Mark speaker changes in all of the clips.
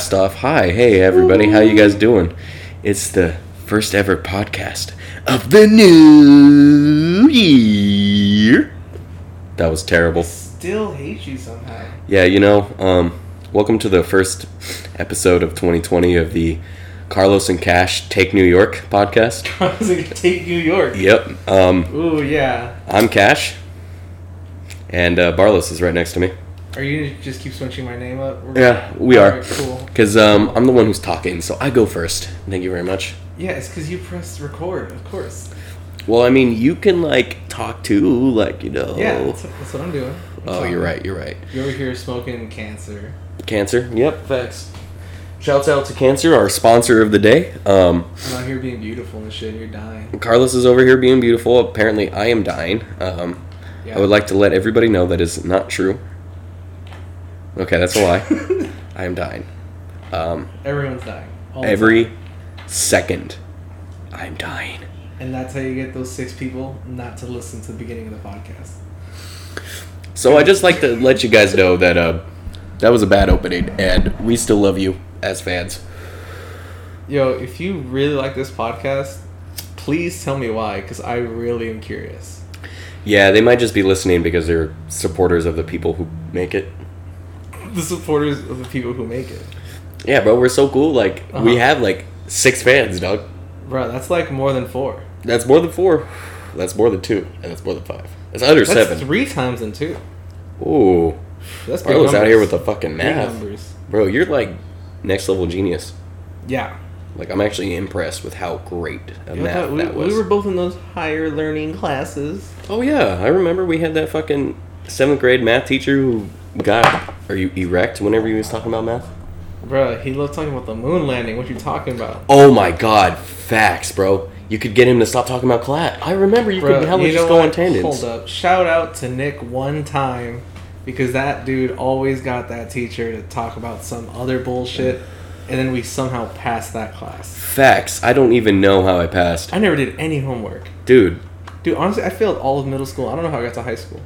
Speaker 1: stuff. Hi, hey everybody, how you guys doing? It's the first ever podcast of the new year. That was terrible.
Speaker 2: Still hate you somehow.
Speaker 1: Yeah, you know, um, welcome to the first episode of 2020 of the Carlos and Cash Take New York podcast.
Speaker 2: I was like, take New York.
Speaker 1: Yep, um,
Speaker 2: Ooh, yeah.
Speaker 1: I'm Cash, and uh, Barlos is right next to me.
Speaker 2: Are you gonna just keep switching my name up? We're-
Speaker 1: Yeah, we are.
Speaker 2: Alright, cool.
Speaker 1: Because um, I'm the one who's talking, so I go first. Thank you very much.
Speaker 2: Yeah, it's because you pressed record, of course.
Speaker 1: Well, I mean, you can like talk too, like you know.
Speaker 2: Yeah, Um, that's, that's what I'm doing. I'm
Speaker 1: Oh,
Speaker 2: talking.
Speaker 1: you're right. You're right.
Speaker 2: You're over here smoking cancer.
Speaker 1: Cancer. Yep. Facts. Shouts out to Cancer, our sponsor of the day. Um,
Speaker 2: I'm out here being beautiful and shit. and You're dying.
Speaker 1: Carlos is over here being beautiful. Apparently, I am dying. Um,
Speaker 2: Yeah.
Speaker 1: I would like to let everybody know that is not true. Okay, that's a lie. I am dying. Um,
Speaker 2: Everyone's dying. all the
Speaker 1: every second, I'm dying.
Speaker 2: time. And that's how you get those six people not to listen to the beginning of the podcast.
Speaker 1: So I just like to let you guys know that uh, that was a bad opening, and we still love you as fans.
Speaker 2: Yo, if you really like this podcast, please tell me why, because I really am curious.
Speaker 1: Yeah, they might just be listening because they're supporters of the people who make it.
Speaker 2: The supporters of the people who make it.
Speaker 1: Yeah, bro, we're so cool. Like we
Speaker 2: Uh-huh.
Speaker 1: have like six fans, dog.
Speaker 2: Bro, that's like more than four.
Speaker 1: That's more than four. That's more than two, and that's more than five. That's under
Speaker 2: That's
Speaker 1: seven.
Speaker 2: three times in two.
Speaker 1: Ooh,
Speaker 2: That's big
Speaker 1: Barlow's out here with
Speaker 2: numbers.
Speaker 1: the fucking
Speaker 2: Big
Speaker 1: math,
Speaker 2: numbers.
Speaker 1: bro. You're like next level genius.
Speaker 2: Yeah.
Speaker 1: Like I'm actually impressed with how great a
Speaker 2: You know, I
Speaker 1: math
Speaker 2: thought we,
Speaker 1: that was.
Speaker 2: we were both in those higher learning classes.
Speaker 1: Oh yeah, I remember we had that fucking seventh grade math teacher who got are you erect whenever he was talking about math?
Speaker 2: Bruh, he loved talking about the moon landing. What you talking about?
Speaker 1: Oh my god, facts, bro. You could get him to stop talking about class. I remember you
Speaker 2: Bro,
Speaker 1: could hella
Speaker 2: you
Speaker 1: just
Speaker 2: know
Speaker 1: go on
Speaker 2: what?
Speaker 1: tangents.
Speaker 2: Hold up. Shout out to Nick one time because that dude always got that teacher to talk about some other bullshit and then we somehow passed that class.
Speaker 1: Facts. I don't even know how I passed.
Speaker 2: I never did any homework.
Speaker 1: Dude,
Speaker 2: Dude, honestly, I failed all of middle school. I don't know how I got to high school.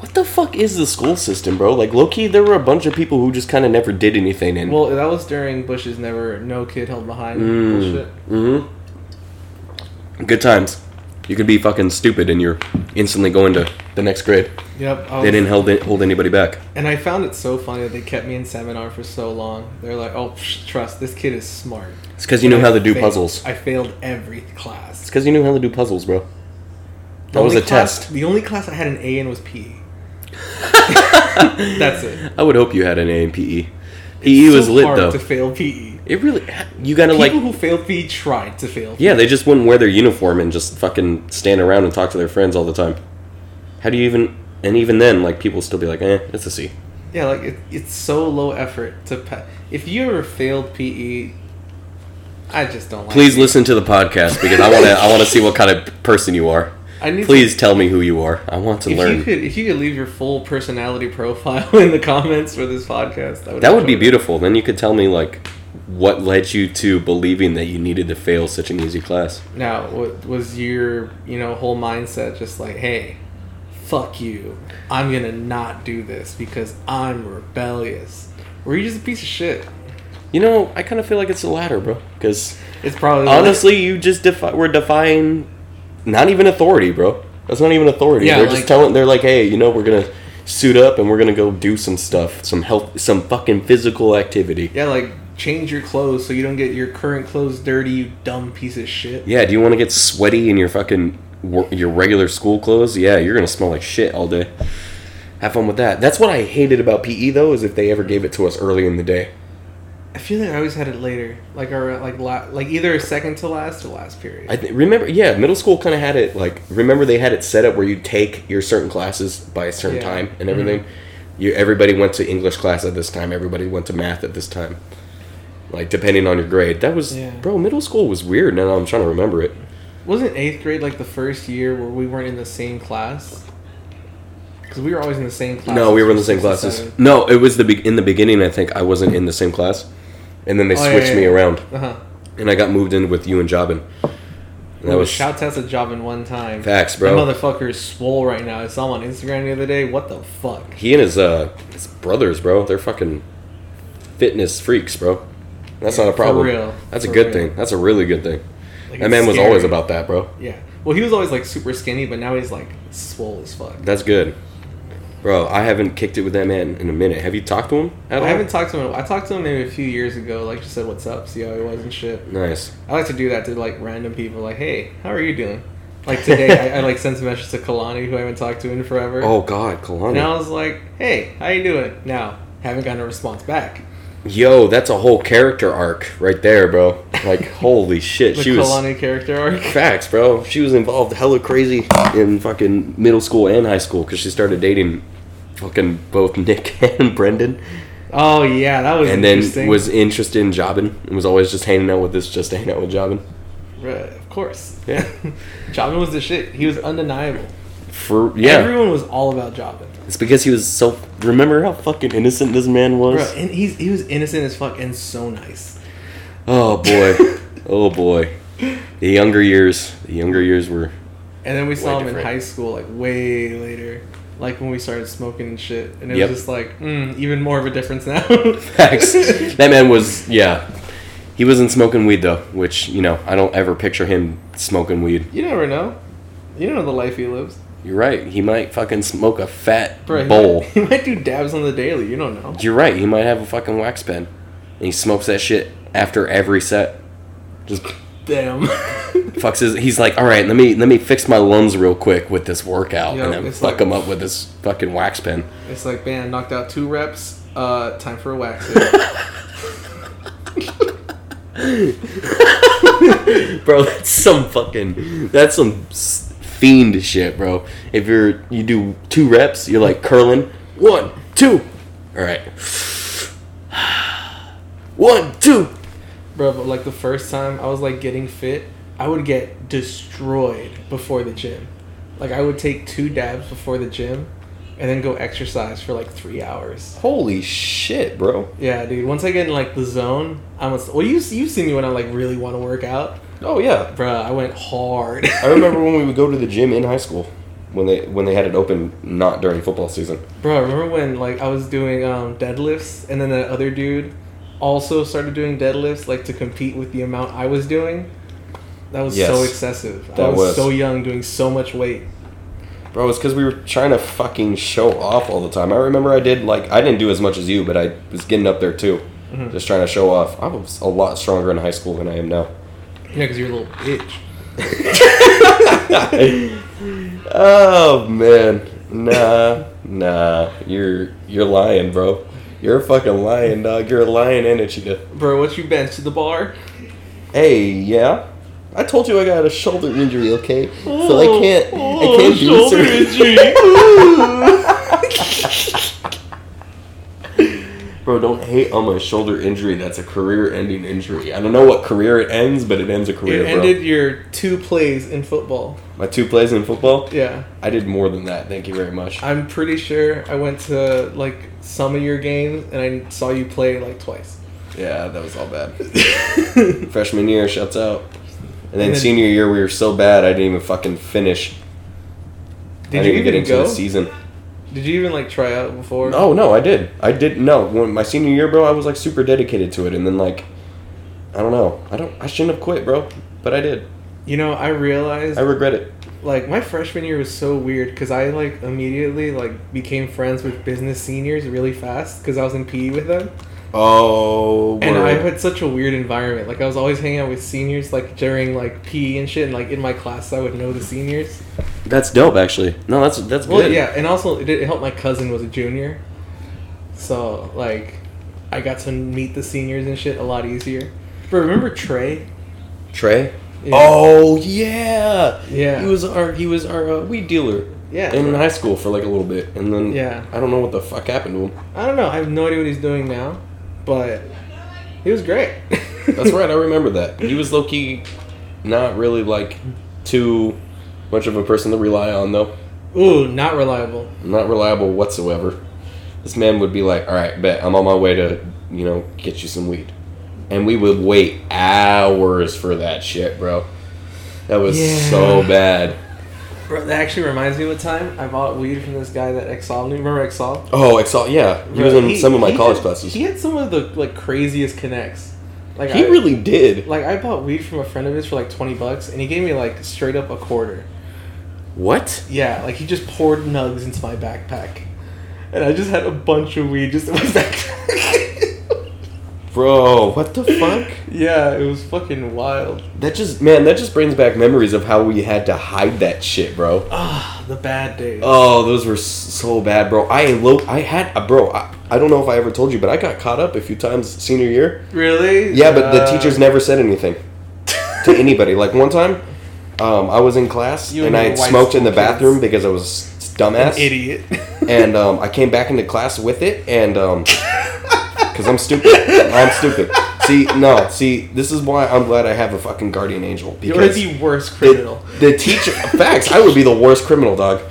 Speaker 1: what the fuck is the school system, bro? Like low key there were a bunch of people who just kinda never did anything and
Speaker 2: Well, that was during Bush's never no kid held behind
Speaker 1: Mm.
Speaker 2: bullshit.
Speaker 1: mm-hmm. Good times. You could be fucking stupid and you're instantly going to the next grade.
Speaker 2: Yep. I
Speaker 1: They
Speaker 2: was-
Speaker 1: didn't hold, hold anybody back.
Speaker 2: and I found it so funny that they kept me in seminar for so long. They're like, "Oh, psh, trust this kid is smart."
Speaker 1: It's because you know
Speaker 2: And
Speaker 1: how
Speaker 2: I
Speaker 1: to do
Speaker 2: failed-
Speaker 1: puzzles.
Speaker 2: I failed every
Speaker 1: It's
Speaker 2: class.
Speaker 1: because you knew how to do puzzles, bro.
Speaker 2: The
Speaker 1: That was
Speaker 2: only
Speaker 1: a
Speaker 2: class-
Speaker 1: test.
Speaker 2: The only class I had an A in was PE. That's it.
Speaker 1: I would hope you had an A in PE. PE E was
Speaker 2: So
Speaker 1: lit
Speaker 2: hard
Speaker 1: though.
Speaker 2: To fail PE,
Speaker 1: it really. You gotta
Speaker 2: people
Speaker 1: like.
Speaker 2: who failed PE tried to fail. E.
Speaker 1: Yeah, they just wouldn't wear their uniform and just fucking stand around and talk to their friends all the time. How do you even? And even then, like people still be like, eh, it's a C.
Speaker 2: Yeah, like it, it's so low effort to. Pa- if you ever failed PE, I just don't like.
Speaker 1: Please listen to the podcast because I wanna. I wanna see what kind of person you are.
Speaker 2: I need to-
Speaker 1: Please tell me who you are. I want to
Speaker 2: If
Speaker 1: learn.
Speaker 2: you could, if you could leave your full personality profile in the comments for this podcast, I would
Speaker 1: that would be
Speaker 2: enjoy
Speaker 1: beautiful. Then you could tell me like what led you to believing that you needed to fail such an easy class.
Speaker 2: it. Now, what was your you know whole mindset just like, hey, fuck you, I'm gonna not do this because I'm rebellious? Were you just a piece of shit?
Speaker 1: You know, I kind of feel like it's the latter, bro. Because
Speaker 2: It's probably the-
Speaker 1: honestly, you just defi- we're defying not even authority, bro. That's not even authority.
Speaker 2: Yeah,
Speaker 1: they're
Speaker 2: like-
Speaker 1: just telling. They're like, hey, you know, we're gonna suit up and we're gonna go do some stuff, some health, some fucking physical activity.
Speaker 2: yeah, like change your clothes so you don't get your current clothes dirty, you dumb piece of shit.
Speaker 1: Yeah. Do you want to get sweaty in your fucking wor- your regular school clothes? Yeah, you're gonna smell like shit all day. Have fun with that. That's what I hated about PE though, is if they ever gave it to us early in the day.
Speaker 2: I feel like I always had it later, like our like la- like either second to last or last period.
Speaker 1: I th- remember, yeah, middle school kind of had it like. Remember, they had it set up where you take your certain classes by a certain
Speaker 2: Yeah. Mm-hmm.
Speaker 1: time and everything. You everybody went to English class at this time. Everybody went to math at this time. Like depending on your grade, that was
Speaker 2: Yeah.
Speaker 1: bro. Middle school was weird. Now I'm trying to remember it.
Speaker 2: Wasn't eighth grade like the first year where we weren't in the same class? Because we were always in the same class.
Speaker 1: no, we were in the same
Speaker 2: six to
Speaker 1: classes.
Speaker 2: seven.
Speaker 1: No, it was the be- in the beginning. I think I wasn't in the same class, and then they
Speaker 2: Oh, yeah,
Speaker 1: switched
Speaker 2: yeah,
Speaker 1: me
Speaker 2: yeah.
Speaker 1: around,
Speaker 2: Uh-huh.
Speaker 1: and I got moved in with you and Jobin. And
Speaker 2: That
Speaker 1: that was
Speaker 2: shout out to Jobin one time.
Speaker 1: facts,
Speaker 2: That
Speaker 1: bro.
Speaker 2: motherfucker is swole right now. I saw him on Instagram the other day. What the fuck?
Speaker 1: He and his uh his brothers, bro. They're fucking fitness freaks, bro. That's not a
Speaker 2: For
Speaker 1: problem.
Speaker 2: real.
Speaker 1: That's a
Speaker 2: For
Speaker 1: good
Speaker 2: real.
Speaker 1: thing. That's a really good thing.
Speaker 2: Like,
Speaker 1: that
Speaker 2: it's
Speaker 1: man was
Speaker 2: scary.
Speaker 1: always about that, bro.
Speaker 2: Yeah. Well, he was always like super skinny, but now he's like swole as fuck.
Speaker 1: That's good. Bro, I haven't kicked it with that man in a minute. Have you talked to him at all?
Speaker 2: I haven't talked to him. I talked to him maybe a few years ago. Like just said, what's up? See how he was and shit.
Speaker 1: Nice.
Speaker 2: I like to do that to like random people. Like, hey, how are you doing? Like today, I, I like sent a message to Kalani, who I haven't talked to in forever.
Speaker 1: Oh God, Kalani.
Speaker 2: And I was like, hey, how you doing? Now, haven't gotten a response back.
Speaker 1: Yo, that's a whole character arc right there, bro. Like, holy shit,
Speaker 2: The
Speaker 1: she was
Speaker 2: Kalani character arc.
Speaker 1: facts, bro. She was involved hella crazy in fucking middle school and high school because she started dating fucking both Nick and Brendan,
Speaker 2: Oh yeah, that was
Speaker 1: and
Speaker 2: interesting.
Speaker 1: then was interested in jobbing and was always just hanging out with this, just hanging out with jobbing.
Speaker 2: Right, of course.
Speaker 1: Yeah.
Speaker 2: Jobin was the shit. He was undeniable.
Speaker 1: For yeah,
Speaker 2: Everyone was all about Jobin.
Speaker 1: it's because he was so. Remember how fucking innocent this man was?
Speaker 2: Bro, and he's he was innocent as fuck and so nice.
Speaker 1: Oh boy, oh boy. The younger years, the younger years were
Speaker 2: And then we saw him in
Speaker 1: different.
Speaker 2: high school, like way later, like when we started smoking and shit. And it
Speaker 1: Yep.
Speaker 2: was just like mm, even more of a difference now.
Speaker 1: Facts. that man was yeah. He wasn't smoking weed though, which you know I don't ever picture him smoking weed.
Speaker 2: you never know. You don't know the life he lives,
Speaker 1: You're right. He might fucking smoke a fat
Speaker 2: bro. he
Speaker 1: bowl.
Speaker 2: might- He might do dabs on the daily. You don't know.
Speaker 1: You're right. He might have a fucking wax pen, and he smokes that shit after every set. Just
Speaker 2: Damn.
Speaker 1: fucks his. He's like, all right, let me let me fix my lungs real quick with this workout,
Speaker 2: Yeah,
Speaker 1: and then
Speaker 2: it's
Speaker 1: fuck
Speaker 2: like-
Speaker 1: him up with this fucking wax pen.
Speaker 2: it's like, man, knocked out two reps. Uh, time for a wax.
Speaker 1: bro that's some fucking that's some s- fiend shit bro if you're you do two reps you're like curling one two all right one two
Speaker 2: Bro, but like the first time I was like getting fit, I would get destroyed before the gym. Like I would take two dabs before the gym and then go exercise for like three hours.
Speaker 1: holy shit bro
Speaker 2: Yeah, dude. Once I get in like the zone, I'm a, well. You you've seen me when I like really want to work out,
Speaker 1: oh yeah
Speaker 2: bro. I went hard.
Speaker 1: i remember when we would go to the gym in high school when they when they had it open not during football season
Speaker 2: Bro, remember when like I was doing um, deadlifts and then that other dude also started doing deadlifts like to compete with the amount I was doing? That was so
Speaker 1: Yes.
Speaker 2: excessive. I
Speaker 1: That
Speaker 2: was,
Speaker 1: was.
Speaker 2: so young doing so much weight.
Speaker 1: bro it's because we were trying to fucking show off all the time i remember i did like i didn't do as much as you but i was getting up there too just trying to show off i was a lot stronger in high school than i am now
Speaker 2: Yeah, because you're a little bitch.
Speaker 1: Oh man, nah, nah, you're you're lying, bro. You're fucking lying, dog. You're a lying in it, you
Speaker 2: Bro, what you bench to the bar?
Speaker 1: Hey, yeah. I told you I got a shoulder injury, okay? So I can't, I can't do
Speaker 2: oh, shoulder
Speaker 1: surgery. Bro, don't hate on my shoulder injury. That's a career-ending injury. I don't know what career it ends, but it ends a
Speaker 2: you
Speaker 1: career, bro.
Speaker 2: ended your two plays in football.
Speaker 1: my two plays in football.
Speaker 2: Yeah.
Speaker 1: I did more than that. Thank you very much.
Speaker 2: I'm pretty sure I went to like some of your games and I saw you play like twice.
Speaker 1: Yeah, that was all bad.
Speaker 2: Bro,
Speaker 1: freshman year, shuts out. And then
Speaker 2: And then-
Speaker 1: senior year, we were so bad, I didn't even fucking finish.
Speaker 2: Did
Speaker 1: I didn't
Speaker 2: you even
Speaker 1: get into
Speaker 2: go?
Speaker 1: the season?
Speaker 2: Did you even like try out before?
Speaker 1: Oh no, I did. I did. No, when my senior year, bro, I was like super dedicated to it, and then like, I don't know. I don't. I shouldn't have quit, bro. But I did.
Speaker 2: You know, I realized
Speaker 1: I regret it.
Speaker 2: like my freshman year was so weird because I like immediately like became friends with business seniors really fast because I was in PE with them.
Speaker 1: Oh.
Speaker 2: And I had such a weird environment. Like I was always hanging out with seniors, like during like PE and shit. And like in my class, I would know the seniors.
Speaker 1: that's dope, actually. No, that's that's
Speaker 2: Well,
Speaker 1: good.
Speaker 2: yeah, and also it, did- it helped. My cousin was a junior, so like I got to meet the seniors and shit a lot easier. But remember Trey?
Speaker 1: Trey.
Speaker 2: Yeah.
Speaker 1: Oh yeah.
Speaker 2: Yeah.
Speaker 1: He was our he was our uh, weed dealer
Speaker 2: Yeah.
Speaker 1: in high school for like a little bit, and then
Speaker 2: Yeah.
Speaker 1: I don't know what the fuck happened to him.
Speaker 2: I don't know. I have no idea what he's doing now, but he was great.
Speaker 1: That's right, I remember that. He was low key not really like too much of a person to rely on though.
Speaker 2: Ooh, not reliable.
Speaker 1: Not reliable whatsoever. This man would be like, Alright, bet I'm on my way to, you know, get you some weed. And we would wait hours for that shit, bro. That was
Speaker 2: Yeah.
Speaker 1: so bad.
Speaker 2: Bro, that actually reminds me of a time I bought weed from this guy that Exol knew. Remember Exol?
Speaker 1: Oh, Excel. Yeah, he was
Speaker 2: Bro,
Speaker 1: in some of my
Speaker 2: he
Speaker 1: college
Speaker 2: had-
Speaker 1: classes.
Speaker 2: He
Speaker 1: He,
Speaker 2: had some of the like craziest connects. Like I,
Speaker 1: really did.
Speaker 2: like I bought weed from a friend of his for like twenty bucks, and he gave me like straight up a quarter.
Speaker 3: What?
Speaker 2: Yeah, like he just poured nugs into my backpack, and I just had a bunch of weed just in my backpack.
Speaker 1: Bro, what the fuck?
Speaker 2: yeah, it was fucking wild.
Speaker 1: That just man, that just brings back memories of how we had to hide that shit, bro.
Speaker 2: Ah, the bad days.
Speaker 1: Oh, those were s- so bad, bro. I lo- I had uh, bro. I, I don't know if I ever told you, but I got caught up a few times senior year.
Speaker 2: really?
Speaker 1: Yeah, but the
Speaker 2: Uh,
Speaker 1: teachers never said anything to anybody. Like one time, um, I was in class
Speaker 2: You
Speaker 1: and
Speaker 2: and
Speaker 1: I
Speaker 2: your
Speaker 1: had
Speaker 2: white
Speaker 1: smoked in the
Speaker 2: school kids.
Speaker 1: bathroom because I was s- dumbass,
Speaker 2: idiot.
Speaker 1: and um, I came back into class with it, and because I'm stupid, I'm stupid. See, no, see, this is why I'm glad I have a fucking guardian angel.
Speaker 2: You're
Speaker 1: Because
Speaker 2: the worst criminal.
Speaker 1: the, the teacher facts i would be the worst criminal dog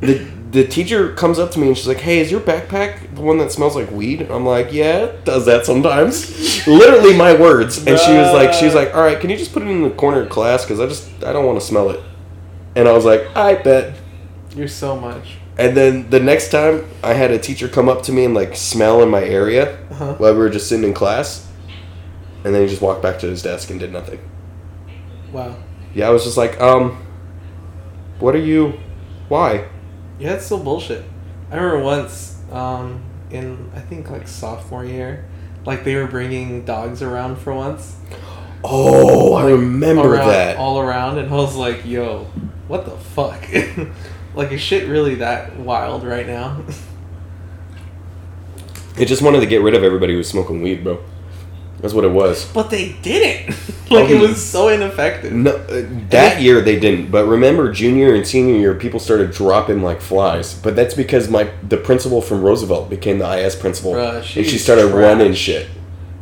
Speaker 1: the the teacher comes up to me and she's like hey is your backpack the one that smells like weed i'm like yeah it does that sometimes literally my words and she was like she was like all right can you just put it in the corner of class because i just i don't want to smell it and i was like i bet
Speaker 2: You're so much.
Speaker 1: and then the next time i had a teacher come up to me and like smell in my area
Speaker 2: Uh-huh.
Speaker 1: while we were just sitting in class and then he just walked back to his desk and did nothing
Speaker 2: Wow.
Speaker 1: yeah, I was just like, um, what are you? Why?
Speaker 2: Yeah, that's so bullshit. I remember once um, in I think like sophomore year, like they were bringing dogs around for once.
Speaker 1: Oh, I remember
Speaker 2: around,
Speaker 1: that.
Speaker 2: all around, and I was like, "Yo, what the fuck? like, is shit really that wild right now?"
Speaker 1: It just wanted to get rid of everybody who was smoking weed, bro. That's what it was.
Speaker 2: but they didn't. like, it was so ineffective.
Speaker 1: No, uh, that year they didn't. But remember, junior and senior year, people started dropping like flies. But that's because my the principal from Roosevelt became the IS principal,
Speaker 2: Bruh,
Speaker 1: and she
Speaker 2: she's
Speaker 1: started
Speaker 2: trash.
Speaker 1: running shit.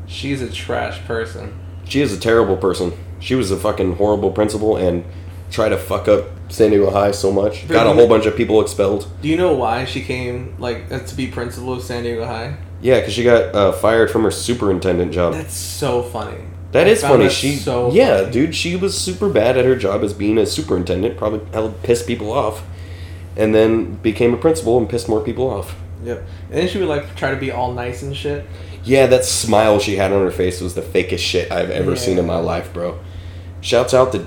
Speaker 2: She's a trash person.
Speaker 1: She is a terrible person. She was a fucking horrible principal and tried to fuck up San Diego High so much.
Speaker 2: Bro,
Speaker 1: Got a
Speaker 2: you-
Speaker 1: whole bunch of people expelled.
Speaker 2: Do you know why she came like uh, to be principal of San Diego High?
Speaker 1: Yeah, because she got uh, fired from her superintendent job.
Speaker 2: That's so funny.
Speaker 1: That
Speaker 2: I
Speaker 1: is
Speaker 2: found
Speaker 1: funny.
Speaker 2: that
Speaker 1: she,
Speaker 2: so
Speaker 1: yeah,
Speaker 2: funny.
Speaker 1: dude, she was super bad at her job as being a superintendent. Probably hell pissed people off, and then became a principal and pissed more people off.
Speaker 2: Yep. And then she would like try to be all nice and shit.
Speaker 1: Yeah, that smile she had on her face was the fakest shit I've ever seen in my
Speaker 2: Yeah.
Speaker 1: life, bro. Shouts out to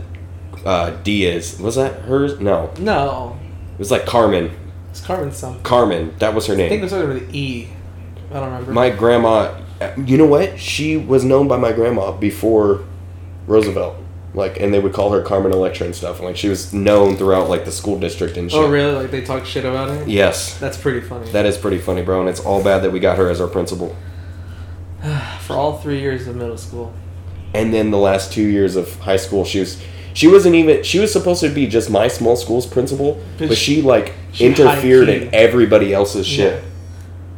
Speaker 1: uh, Diaz. Was that hers? No,
Speaker 2: No,
Speaker 1: it was like Carmen.
Speaker 2: it's Carmen something.
Speaker 1: Carmen, that was her
Speaker 2: I think it
Speaker 1: name.
Speaker 2: was started with an E. I don't remember.
Speaker 1: My grandma. You know what? She was known by my grandma before Roosevelt. Like, and they would call her Carmen Electra and stuff. Like, she was known throughout like the school district and shit.
Speaker 2: oh really? Like they talk shit about it?
Speaker 1: Yes.
Speaker 2: That's pretty funny.
Speaker 1: That is pretty funny, bro, and it's all bad that we got her as our principal.
Speaker 2: For all three years of middle school.
Speaker 1: And then the last two years of high school, she was she wasn't even she was supposed to be just my small school's principal,
Speaker 2: But
Speaker 1: but she like
Speaker 2: she
Speaker 1: interfered
Speaker 2: high-key-
Speaker 1: in everybody else's shit.
Speaker 2: Yeah.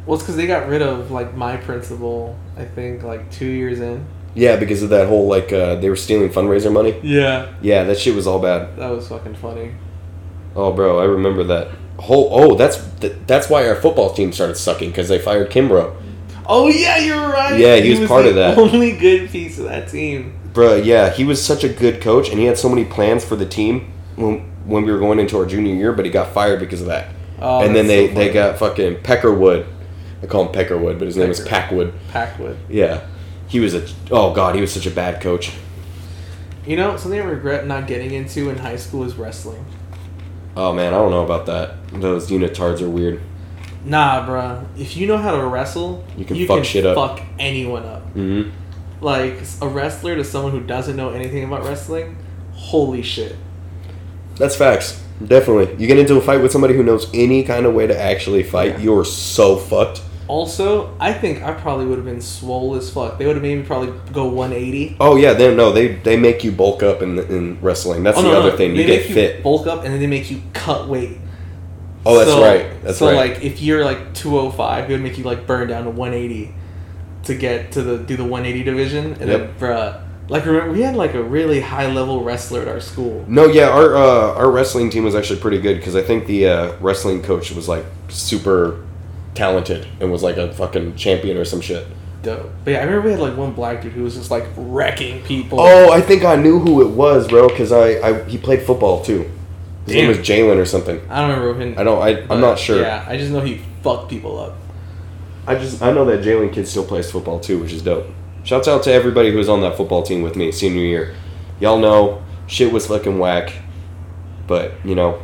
Speaker 2: Well, it's because they got rid of like my principal. I think like two years in.
Speaker 1: Yeah, because of that whole like uh, they were stealing fundraiser money.
Speaker 2: Yeah,
Speaker 1: Yeah, that shit was all bad.
Speaker 2: that was fucking funny.
Speaker 1: Oh, bro, I remember that. Whole oh, that's th- that's why our football team started sucking because they fired Kimbro.
Speaker 2: Oh yeah, you're right.
Speaker 1: Yeah, he was part
Speaker 2: the
Speaker 1: of that.
Speaker 2: Only good piece of that team.
Speaker 1: Bro, yeah, he was such a good coach, and he had so many plans for the team when when we were going into our junior year, but he got fired because of that.
Speaker 2: Oh,
Speaker 1: and then
Speaker 2: that's
Speaker 1: they,
Speaker 2: so
Speaker 1: they
Speaker 2: funny.
Speaker 1: got fucking Peckerwood. I call him Peckerwood, but his name is Packwood.
Speaker 2: Packwood.
Speaker 1: Yeah. He was a oh god, he was such a bad coach.
Speaker 2: You know something I regret not getting into in high school is wrestling.
Speaker 1: Oh man, I don't know about that. Those unitards are weird.
Speaker 2: Nah, bruh. If you know how to wrestle,
Speaker 1: You can fuck shit up.
Speaker 2: Fuck anyone up.
Speaker 1: Mm-hmm.
Speaker 2: Like a wrestler to someone who doesn't know anything about wrestling. Holy shit.
Speaker 1: That's facts. Definitely. You get into a fight with somebody who knows any kind of way to actually fight,
Speaker 2: Yeah.
Speaker 1: you're so fucked.
Speaker 2: Also, I think I probably would have been swole as fuck. They would have made me probably go 180.
Speaker 1: Oh yeah, they no, they they make you bulk up in in wrestling. That's the other thing. You
Speaker 2: Oh, They
Speaker 1: get
Speaker 2: make
Speaker 1: fit.
Speaker 2: You bulk up and then they make you cut weight.
Speaker 1: oh, that's
Speaker 2: So-
Speaker 1: right. That's
Speaker 2: so
Speaker 1: right.
Speaker 2: like if you're like 205, it would make you like burn down to 180 to get to the do the 180 division.
Speaker 1: Yep.
Speaker 2: And then bruh, like remember we had like a really high level wrestler at our school.
Speaker 1: No, yeah, our uh, our wrestling team was actually pretty good because I think the uh, wrestling coach was like super talented and was like a fucking champion or some shit.
Speaker 2: Dope. But yeah, I remember we had like one black dude who was just like wrecking people.
Speaker 1: Oh, I think I knew who it was, bro, because I, I he played football too. His name was Jalen or something.
Speaker 2: I don't remember him.
Speaker 1: I don't. I,
Speaker 2: but,
Speaker 1: I'm not sure.
Speaker 2: Yeah, I just know he fucked people up.
Speaker 1: I just I know that Jalen kid still plays football too, which is dope. Shouts out to everybody who was on that football team with me senior year. Y'all know shit was fucking whack, but you know,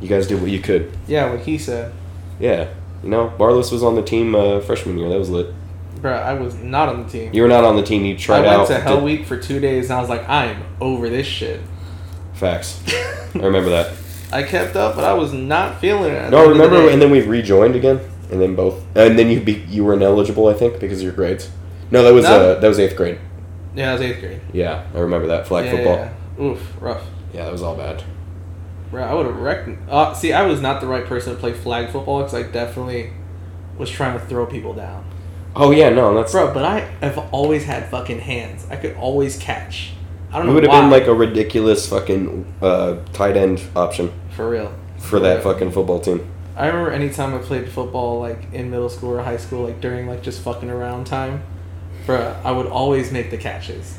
Speaker 1: you guys did what you could.
Speaker 2: Yeah, what he said.
Speaker 1: Yeah, you know, Barless was on the team uh, freshman year. That was lit.
Speaker 2: Bro, I was not on the team.
Speaker 1: You were not on the team. You
Speaker 2: I
Speaker 1: tried
Speaker 2: went
Speaker 1: out.
Speaker 2: to Hell
Speaker 1: did-
Speaker 2: Week for two days and I was like, I am over this shit.
Speaker 1: Facts. I remember that.
Speaker 2: I kept up, but I was not feeling it. at the
Speaker 1: No,
Speaker 2: end of the
Speaker 1: remember,
Speaker 2: day.
Speaker 1: and then we rejoined again, and then both, and then you be, you were ineligible, I think, because of your grades. No, that was
Speaker 2: No.
Speaker 1: Uh, that was eighth grade.
Speaker 2: yeah, I was eighth grade.
Speaker 1: Yeah, I remember that flag
Speaker 2: yeah,
Speaker 1: football.
Speaker 2: yeah, yeah. Oof, rough.
Speaker 1: Yeah, that was all bad.
Speaker 2: Bro, I would have wrecked. Uh, see, I was not the right person to play flag football because I definitely was trying to throw people down.
Speaker 1: Oh yeah, no, that's
Speaker 2: Bro, but I have always had fucking hands. I could always catch. I don't
Speaker 1: it
Speaker 2: know
Speaker 1: would have
Speaker 2: why.
Speaker 1: been like a ridiculous fucking uh, tight end option
Speaker 2: for real.
Speaker 1: for that
Speaker 2: real.
Speaker 1: fucking football team.
Speaker 2: I remember any time I played football, like in middle school or high school, like during like just fucking around time, bruh, I would always make the catches.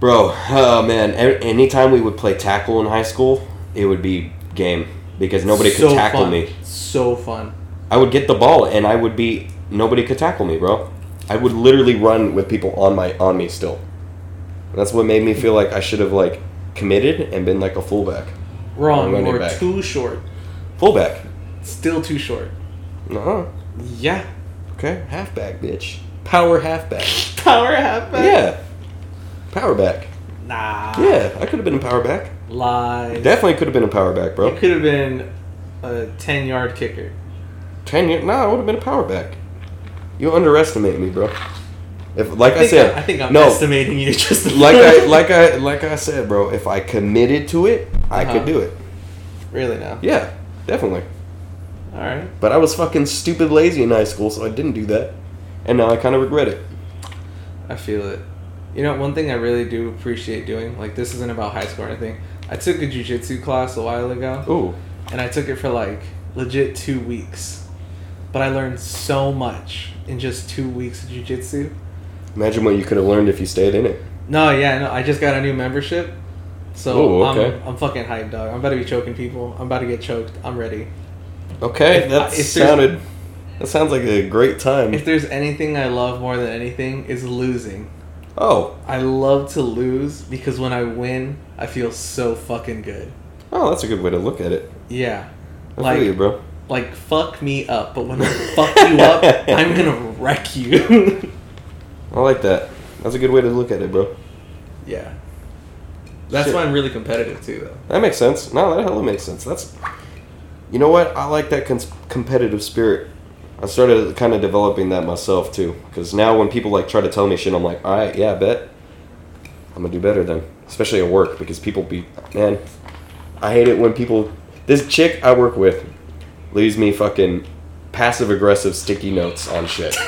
Speaker 1: Bro, oh man, a- anytime we would play tackle in high school, it would be game because nobody could
Speaker 2: So
Speaker 1: tackle
Speaker 2: fun.
Speaker 1: me.
Speaker 2: So fun.
Speaker 1: I would get the ball and I would be nobody could tackle me, bro. I would literally run with people on my on me still. And that's what made me feel like I should have like committed and been like a fullback.
Speaker 2: Wrong.
Speaker 1: Running
Speaker 2: You were
Speaker 1: back.
Speaker 2: too short.
Speaker 1: Fullback.
Speaker 2: Still too short.
Speaker 1: Uh-huh.
Speaker 2: Yeah.
Speaker 1: Okay. Halfback, bitch. Power halfback.
Speaker 2: Power halfback.
Speaker 1: yeah. Power back.
Speaker 2: Nah.
Speaker 1: Yeah, I could have been a power back.
Speaker 2: Lies.
Speaker 1: Definitely could have been a power back,
Speaker 2: You
Speaker 1: bro.
Speaker 2: could have been a ten-yard kicker.
Speaker 1: Ten years, nah, I would have been a power back. You underestimate me, bro. If like I,
Speaker 2: think
Speaker 1: said,
Speaker 2: I, think I'm
Speaker 1: no,
Speaker 2: estimating you just
Speaker 1: like I like I like I said, bro. If I committed to it, I
Speaker 2: Uh-huh.
Speaker 1: could do it.
Speaker 2: really now.
Speaker 1: Yeah, definitely.
Speaker 2: All right.
Speaker 1: But I was fucking stupid lazy in high school, so I didn't do that, and now I kind of regret it.
Speaker 2: I feel it. You know, one thing I really do appreciate doing, like this isn't about high school or anything. I took a jujitsu class a while ago,
Speaker 1: Ooh,
Speaker 2: and I took it for like legit two weeks. But I learned so much in just two weeks of jujitsu.
Speaker 1: imagine what you could have learned if you stayed in it.
Speaker 2: No, yeah, no, I just got a new membership, so
Speaker 1: Ooh, okay.
Speaker 2: I'm, I'm fucking hyped, dog. I'm about to be choking people. I'm about to get choked. I'm ready.
Speaker 1: Okay,
Speaker 2: If-
Speaker 1: that
Speaker 2: if there's-
Speaker 1: sounded. That sounds like a great time.
Speaker 2: If there's anything I love more than anything, is losing.
Speaker 1: Oh,
Speaker 2: I love to lose because when I win, I feel so fucking good.
Speaker 1: oh, that's a good way to look at it.
Speaker 2: Yeah.
Speaker 1: I
Speaker 2: Like-
Speaker 1: feel you, bro.
Speaker 2: like fuck me up, but when I fuck you up, I'm gonna wreck you.
Speaker 1: I like that. That's a good way to look at it, bro.
Speaker 2: yeah. That's
Speaker 1: Shit.
Speaker 2: why I'm really competitive too, though.
Speaker 1: That makes sense. No, that hella makes sense. That's, you know what? I like that cons- competitive spirit. I started kind of developing that myself too, because now when people like try to tell me shit, I'm like, all right, yeah, I bet. I'm gonna do better then, especially at work because people be man. I hate it when people. This chick I work with leaves me fucking passive aggressive sticky notes on shit.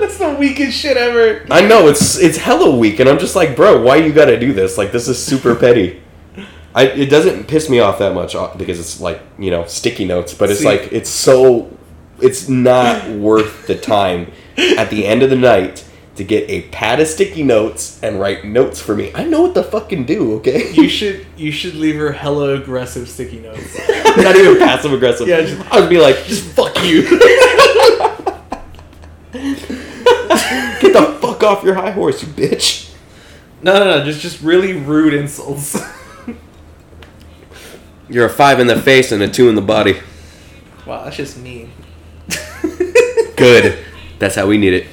Speaker 2: That's the weakest shit ever.
Speaker 1: I know it's it's hella weak, and I'm just like, bro, why you gotta do this? Like, this is super petty. I it doesn't piss me off that much uh, because it's like you know sticky notes, but it's
Speaker 2: See-
Speaker 1: like it's so it's not worth the time at the end of the night to get a pad of sticky notes and write notes for me. I know what to fucking do, okay?
Speaker 2: You should you should leave her hella aggressive sticky notes.
Speaker 1: not even passive aggressive.
Speaker 2: Yeah, just-
Speaker 1: I would be like, just fuck you. Get the fuck off your high horse, you bitch.
Speaker 2: no, no, no, just just really rude insults.
Speaker 1: You're a five in the face and a two in the body.
Speaker 2: wow, that's just mean.
Speaker 1: Good. That's how we need it.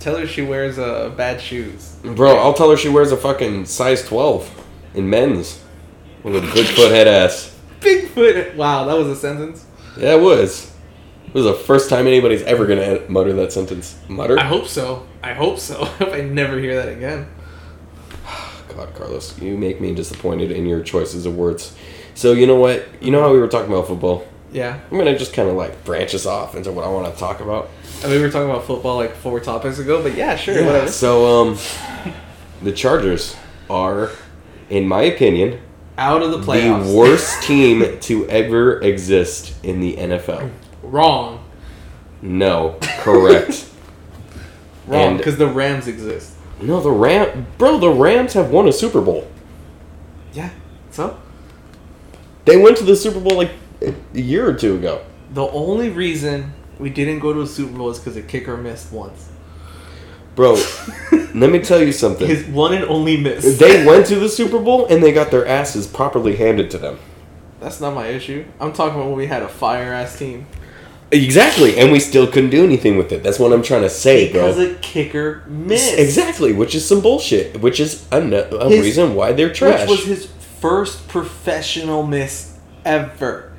Speaker 2: Tell her she wears uh, bad shoes.
Speaker 1: Bro, I'll tell her she wears a fucking size 12 in men's. With a big foot head ass.
Speaker 2: Bigfoot. Wow, that was a sentence.
Speaker 1: Yeah, it was. It was the first time anybody's ever gonna mutter that sentence. Mutter?
Speaker 2: I hope so. I hope so. I hope I never hear that again.
Speaker 1: God, Carlos, you make me disappointed in your choices of words. So, you know what? You know how we were talking about football?
Speaker 2: Yeah.
Speaker 1: I'm gonna just kind of like branch us off into what I wanna talk about.
Speaker 2: I mean, we were talking about football like four topics ago, but yeah, sure, whatever.
Speaker 1: So, um, the Chargers are, in my opinion,
Speaker 2: Out of the playoffs.
Speaker 1: the worst team to ever exist in the NFL.
Speaker 2: Wrong.
Speaker 1: No, correct.
Speaker 2: Wrong.
Speaker 1: And-
Speaker 2: Because the Rams exist.
Speaker 1: no, the Ram, bro, the Rams have won a Super Bowl.
Speaker 2: Yeah. So
Speaker 1: They went to the Super Bowl like a year or two ago.
Speaker 2: the only reason we didn't go to a Super Bowl is because a kicker missed once.
Speaker 1: Bro, let me tell you something.
Speaker 2: His one and only miss.
Speaker 1: they went to the Super Bowl and they got their asses properly handed to them.
Speaker 2: That's not my issue. I'm talking about when we had a fire ass team
Speaker 1: Exactly, and we still couldn't do anything with it. That's what I'm trying to say, bro.
Speaker 2: because a kicker missed.
Speaker 1: Exactly, which is some bullshit, which is a, no- a
Speaker 2: His-
Speaker 1: reason why they're trash.
Speaker 2: Which was his first professional miss ever.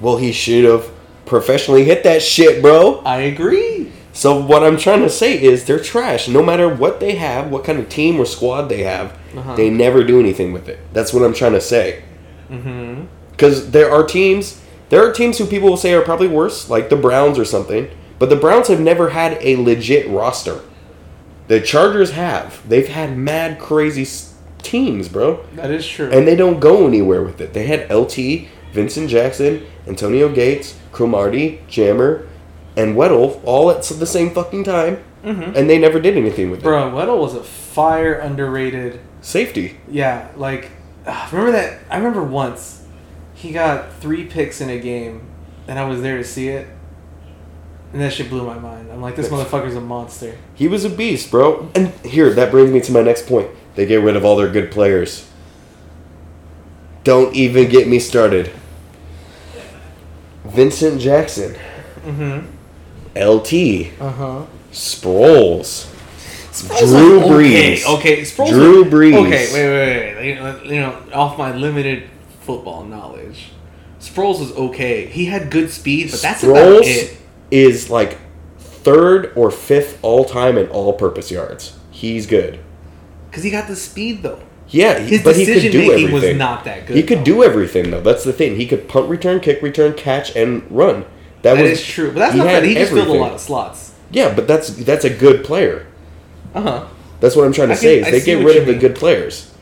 Speaker 1: well, he should have professionally hit that shit, bro.
Speaker 2: I agree.
Speaker 1: So what I'm trying to say is they're trash. No matter what they have, what kind of team or squad they have,
Speaker 2: Uh-huh.
Speaker 1: they never do anything with it. That's what I'm trying to say.
Speaker 2: Mm-hmm.
Speaker 1: Because there are teams, there are teams who people will say are probably worse, like the Browns or something. But the Browns have never had a legit roster. The Chargers have. They've had mad crazy s- teams, bro.
Speaker 2: That is true.
Speaker 1: and they don't go anywhere with it. They had LT, Vincent Jackson, Antonio Gates, Cromartie, Jammer, and Weddle all at the same fucking time,
Speaker 2: Mhm.
Speaker 1: and they never did anything with it.
Speaker 2: Bro, Weddle was a fire underrated.
Speaker 1: Safety.
Speaker 2: Yeah, like ah, remember that? I remember once he got three picks in a game, and I was there to see it, and that shit blew my mind. I'm like, this motherfucker's a monster.
Speaker 1: He was a beast, bro. And here, that brings me to my next point. They get rid of all their good players. Don't even get me started. Vincent Jackson,
Speaker 2: Mm-hmm.
Speaker 1: LT,
Speaker 2: Uh
Speaker 1: Uh-huh.
Speaker 2: huh.
Speaker 1: Sproles, Drew Brees.
Speaker 2: Okay, okay. Sproles
Speaker 1: Drew
Speaker 2: was-
Speaker 1: Brees.
Speaker 2: Okay, wait, wait, wait. You know, You know, off my limited football knowledge, Sproles was okay. He had good speed, but that's about
Speaker 1: Sproles
Speaker 2: it.
Speaker 1: is like third or fifth all time in all purpose yards. He's good.
Speaker 2: Because he got the speed though.
Speaker 1: Yeah, he-
Speaker 2: His
Speaker 1: but he could
Speaker 2: decision
Speaker 1: do
Speaker 2: making was
Speaker 1: everything.
Speaker 2: not that good.
Speaker 1: he could
Speaker 2: though.
Speaker 1: do everything though. That's the thing. He could punt return, kick return, catch, and run. That,
Speaker 2: That
Speaker 1: was
Speaker 2: is true, but that's
Speaker 1: he
Speaker 2: not
Speaker 1: had
Speaker 2: bad. He just filled a
Speaker 1: everything.
Speaker 2: lot of slots.
Speaker 1: Yeah, but that's that's a good player.
Speaker 2: Uh huh.
Speaker 1: That's what I'm trying to
Speaker 2: I
Speaker 1: say.
Speaker 2: can-
Speaker 1: Is
Speaker 2: I
Speaker 1: they
Speaker 2: see
Speaker 1: get
Speaker 2: what
Speaker 1: rid
Speaker 2: you
Speaker 1: of the
Speaker 2: mean.
Speaker 1: good players.